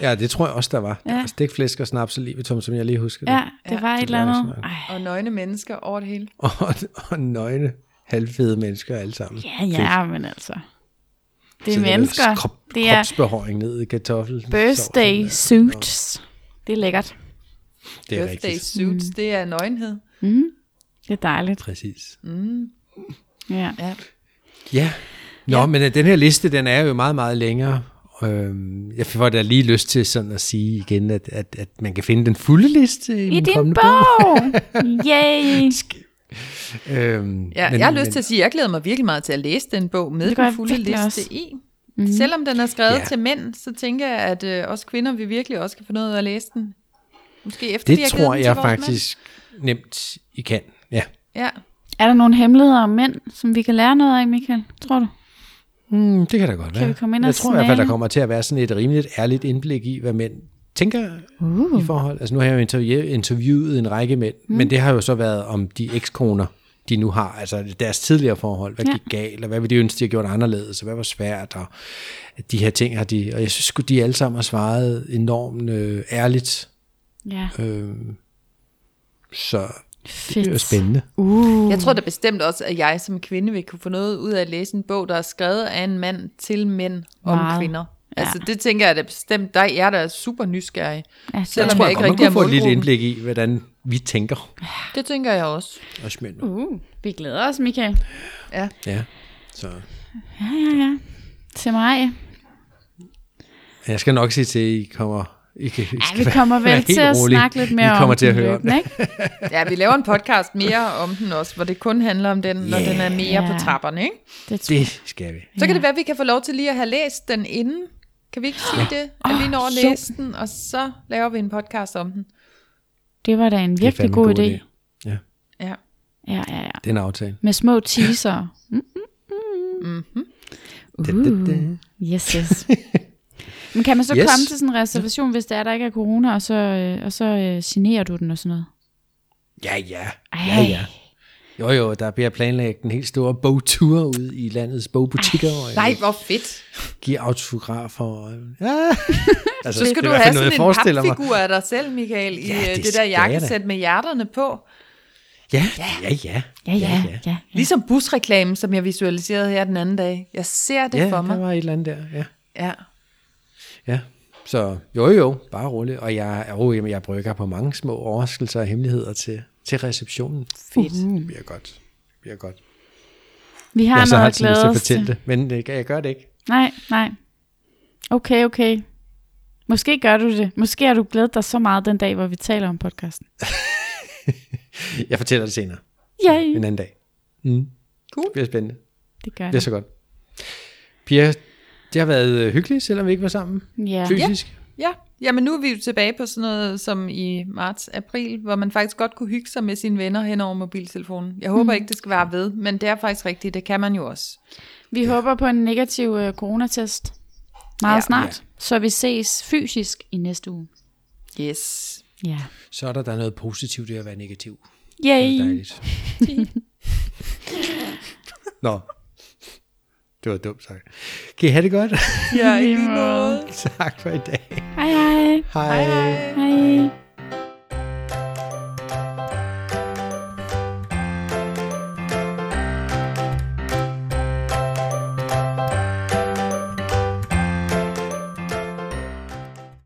Speaker 2: Ja, det tror jeg også, der var. Der
Speaker 3: Ja.
Speaker 2: var stikflæsk og snaps og livetom, som jeg lige husker det.
Speaker 3: Ja, det var et
Speaker 2: det
Speaker 3: eller
Speaker 2: var
Speaker 3: andet.
Speaker 2: sådan.
Speaker 3: Ej,
Speaker 4: Og nøgne mennesker over det hele.
Speaker 2: Og, og nøgne, halvfede mennesker alle sammen.
Speaker 3: ja, ja, men altså. Det er
Speaker 2: Så
Speaker 3: mennesker.
Speaker 2: der Krop,
Speaker 3: Det er
Speaker 2: kropsbehåring ned i kartoffel.
Speaker 3: birthday suits. Det er lækkert.
Speaker 2: Det er
Speaker 4: Birthday
Speaker 2: rigtigt.
Speaker 4: suits, mm. det er nøgenhed.
Speaker 3: Det er dejligt.
Speaker 2: Præcis.
Speaker 3: Ja.
Speaker 4: Ja.
Speaker 2: Ja. Nå, ja. men øh, den her liste, den er jo meget, meget længere. Øhm, jeg får da lige lyst til sådan at sige igen, at, at, at man kan finde den fulde liste i,
Speaker 3: I
Speaker 2: min
Speaker 3: din
Speaker 2: kommende
Speaker 3: bog! Yay!
Speaker 2: Øhm,
Speaker 4: Ja, men, jeg har lyst men, til at sige, at jeg glæder mig virkelig meget til at læse den bog med
Speaker 3: Det gør
Speaker 4: den
Speaker 3: jeg
Speaker 4: fulde
Speaker 3: virkelig
Speaker 4: liste
Speaker 3: også.
Speaker 4: også. i. Mm. Selvom den er skrevet
Speaker 2: Ja.
Speaker 4: ja. til mænd, så tænker jeg, at øh, os kvinder, vi virkelig også kan få noget ud af at læse den. Måske efter vi
Speaker 2: Det
Speaker 4: har givet
Speaker 2: tror
Speaker 4: den til
Speaker 2: jeg
Speaker 4: vores
Speaker 2: faktisk mand. nemt, I kan. Ja.
Speaker 4: Mænd. Ja.
Speaker 3: Er der nogle hemmeligheder om mænd, som vi kan lære noget af, Michael? Tror du?
Speaker 2: Mm, det kan da godt kan være.
Speaker 3: vi komme ind og
Speaker 2: jeg tror i hvert fald, der
Speaker 3: snage?
Speaker 2: kommer til at være sådan et rimeligt ærligt indblik i, hvad mænd tænker uh. i forhold. Altså nu har jeg jo interview- interviewet en række mænd, mm. men det har jo så været om de ekskoner, de nu har, altså deres tidligere forhold. Hvad
Speaker 3: Ja.
Speaker 2: ja. gik galt, og hvad ville de ønske, de havde gjort anderledes, og hvad var svært, og de her ting har de... Og jeg synes sgu, de alle sammen har svaret enormt øh, ærligt.
Speaker 3: Ja,
Speaker 2: Øh, så
Speaker 3: fedt.
Speaker 2: det er jo spændende.
Speaker 3: Uh,
Speaker 4: Jeg tror da bestemt også, at jeg som kvinde vil kunne få noget ud af at læse en bog, der er skrevet af en mand til mænd om
Speaker 3: Meget.
Speaker 4: kvinder.
Speaker 3: Ja.
Speaker 4: Altså det tænker jeg da bestemt, der er der super nysgerrig.
Speaker 3: ja,
Speaker 4: Selvom
Speaker 3: det-
Speaker 4: jeg
Speaker 2: tror
Speaker 4: ikke
Speaker 2: godt, man
Speaker 4: rigtig
Speaker 2: kunne
Speaker 4: er
Speaker 2: få et lille
Speaker 4: målgruppen.
Speaker 2: indblik i, hvordan vi tænker.
Speaker 4: Det tænker jeg også.
Speaker 2: Og smænder.
Speaker 3: Uh, vi glæder os, Michael.
Speaker 4: Ja.
Speaker 2: Ja, så...
Speaker 3: Ja, ja, ja. Til mig.
Speaker 2: Men Jeg skal nok sige til, at I kommer... I kan, I
Speaker 3: Ja,
Speaker 2: skal
Speaker 3: vi
Speaker 2: være-
Speaker 3: kommer
Speaker 2: være
Speaker 3: vel
Speaker 2: helt
Speaker 3: til at
Speaker 2: rolige.
Speaker 3: snakke lidt mere
Speaker 2: I kommer
Speaker 3: om
Speaker 2: til at
Speaker 3: den
Speaker 2: høre om det.
Speaker 3: løbende, ikke?
Speaker 4: ja, vi laver en podcast mere om den også, hvor det kun handler om den, når
Speaker 2: Ja.
Speaker 4: den er mere
Speaker 3: Ja.
Speaker 4: på trapperne. Ikke?
Speaker 3: Det tror jeg.
Speaker 2: Det skal vi.
Speaker 4: Så kan det være, at vi kan få lov til lige at have læst den inden. Kan vi ikke sige det? At vi når at
Speaker 2: Ah,
Speaker 3: sjovt.
Speaker 4: læse den, og så laver vi en podcast om den.
Speaker 3: Det var da en
Speaker 2: Det er
Speaker 3: virkelig
Speaker 2: fandme
Speaker 3: god
Speaker 2: en
Speaker 3: idé.
Speaker 2: Ja,
Speaker 4: Ja.
Speaker 2: Øh,
Speaker 3: Ja, ja, ja.
Speaker 2: det er en aftale.
Speaker 3: Med små teaser.
Speaker 2: Da,
Speaker 3: Uh.
Speaker 2: da, da.
Speaker 3: Yes, yes. Men kan man så
Speaker 2: Yes.
Speaker 3: komme til sådan en reservation, hvis det er, der ikke er corona, og så, øh, og så øh, generer du den og sådan noget?
Speaker 2: Ja, ja.
Speaker 3: Ej,
Speaker 2: Ja, ja. Jo, jo, der bliver planlagt en helt stor bogtur ud i landets bogbutikker. og
Speaker 4: Nej, hvor fedt.
Speaker 2: Give autografer. Og, ja. altså,
Speaker 4: Så skal
Speaker 2: det
Speaker 4: du
Speaker 2: er i hvert fald noget,
Speaker 4: have sådan
Speaker 2: jeg
Speaker 4: en
Speaker 2: forestiller mig.
Speaker 4: papfigur af dig selv, Michael, i
Speaker 2: Ja,
Speaker 4: ja,
Speaker 2: det
Speaker 4: det, det der
Speaker 2: skal jeg da.
Speaker 4: jakkesæt med hjerterne på.
Speaker 2: Ja, ja, ja.
Speaker 3: Ja, ja, ja. ja.
Speaker 4: Ligesom busreklamen, som jeg visualiserede her den anden dag. Jeg ser det
Speaker 2: Ja,
Speaker 4: for
Speaker 2: der
Speaker 4: mig.
Speaker 2: var et eller andet der, ja.
Speaker 4: Ja.
Speaker 2: ja. Så jo, jo, bare rolig. Og jeg, oh, jamen, jeg brygger på mange små overraskelser og hemmeligheder til, til receptionen.
Speaker 3: Fedt.
Speaker 2: Det bliver godt. Det bliver godt.
Speaker 3: Vi har
Speaker 2: jeg har så
Speaker 3: noget
Speaker 2: har
Speaker 3: at
Speaker 2: til at
Speaker 3: glæde os
Speaker 2: fortælle
Speaker 3: til.
Speaker 2: det, men det kan jeg gøre det ikke.
Speaker 3: Nej, nej. Okay, okay. Måske gør du det. Måske har du glædet dig så meget den dag, hvor vi taler om podcasten.
Speaker 2: Jeg fortæller det senere,
Speaker 3: Yay!
Speaker 2: en anden dag. Mm.
Speaker 4: Cool.
Speaker 2: Det bliver spændende. Det
Speaker 3: Det gør
Speaker 2: bliver
Speaker 3: det.
Speaker 2: så godt. Pia, det har været øh, hyggeligt, selvom vi ikke var sammen
Speaker 3: Ja.
Speaker 2: fysisk.
Speaker 4: Ja, jamen nu er vi jo tilbage på sådan noget som i marts-april, hvor man faktisk godt kunne hygge sig med sine venner hen over mobiltelefonen. Jeg håber
Speaker 3: Mhm.
Speaker 4: ikke, det skal være ved, men det er faktisk rigtigt, det kan man jo også.
Speaker 3: Vi håber på en negativ øh, coronatest meget
Speaker 4: Ja.
Speaker 3: ja, snart, ja. så vi ses fysisk i næste uge.
Speaker 4: Yes.
Speaker 3: Ja.
Speaker 2: Så er der, der er noget positivt i at være negativ. Det er
Speaker 3: Yay!
Speaker 2: dejligt. Nå, det var dumt sagt. Kan I have det godt?
Speaker 4: Ja, i
Speaker 3: lige
Speaker 4: lige
Speaker 3: måde.
Speaker 4: måde.
Speaker 2: tak for i dag.
Speaker 3: Hej hej!
Speaker 2: Hej. Hej.
Speaker 3: Hej!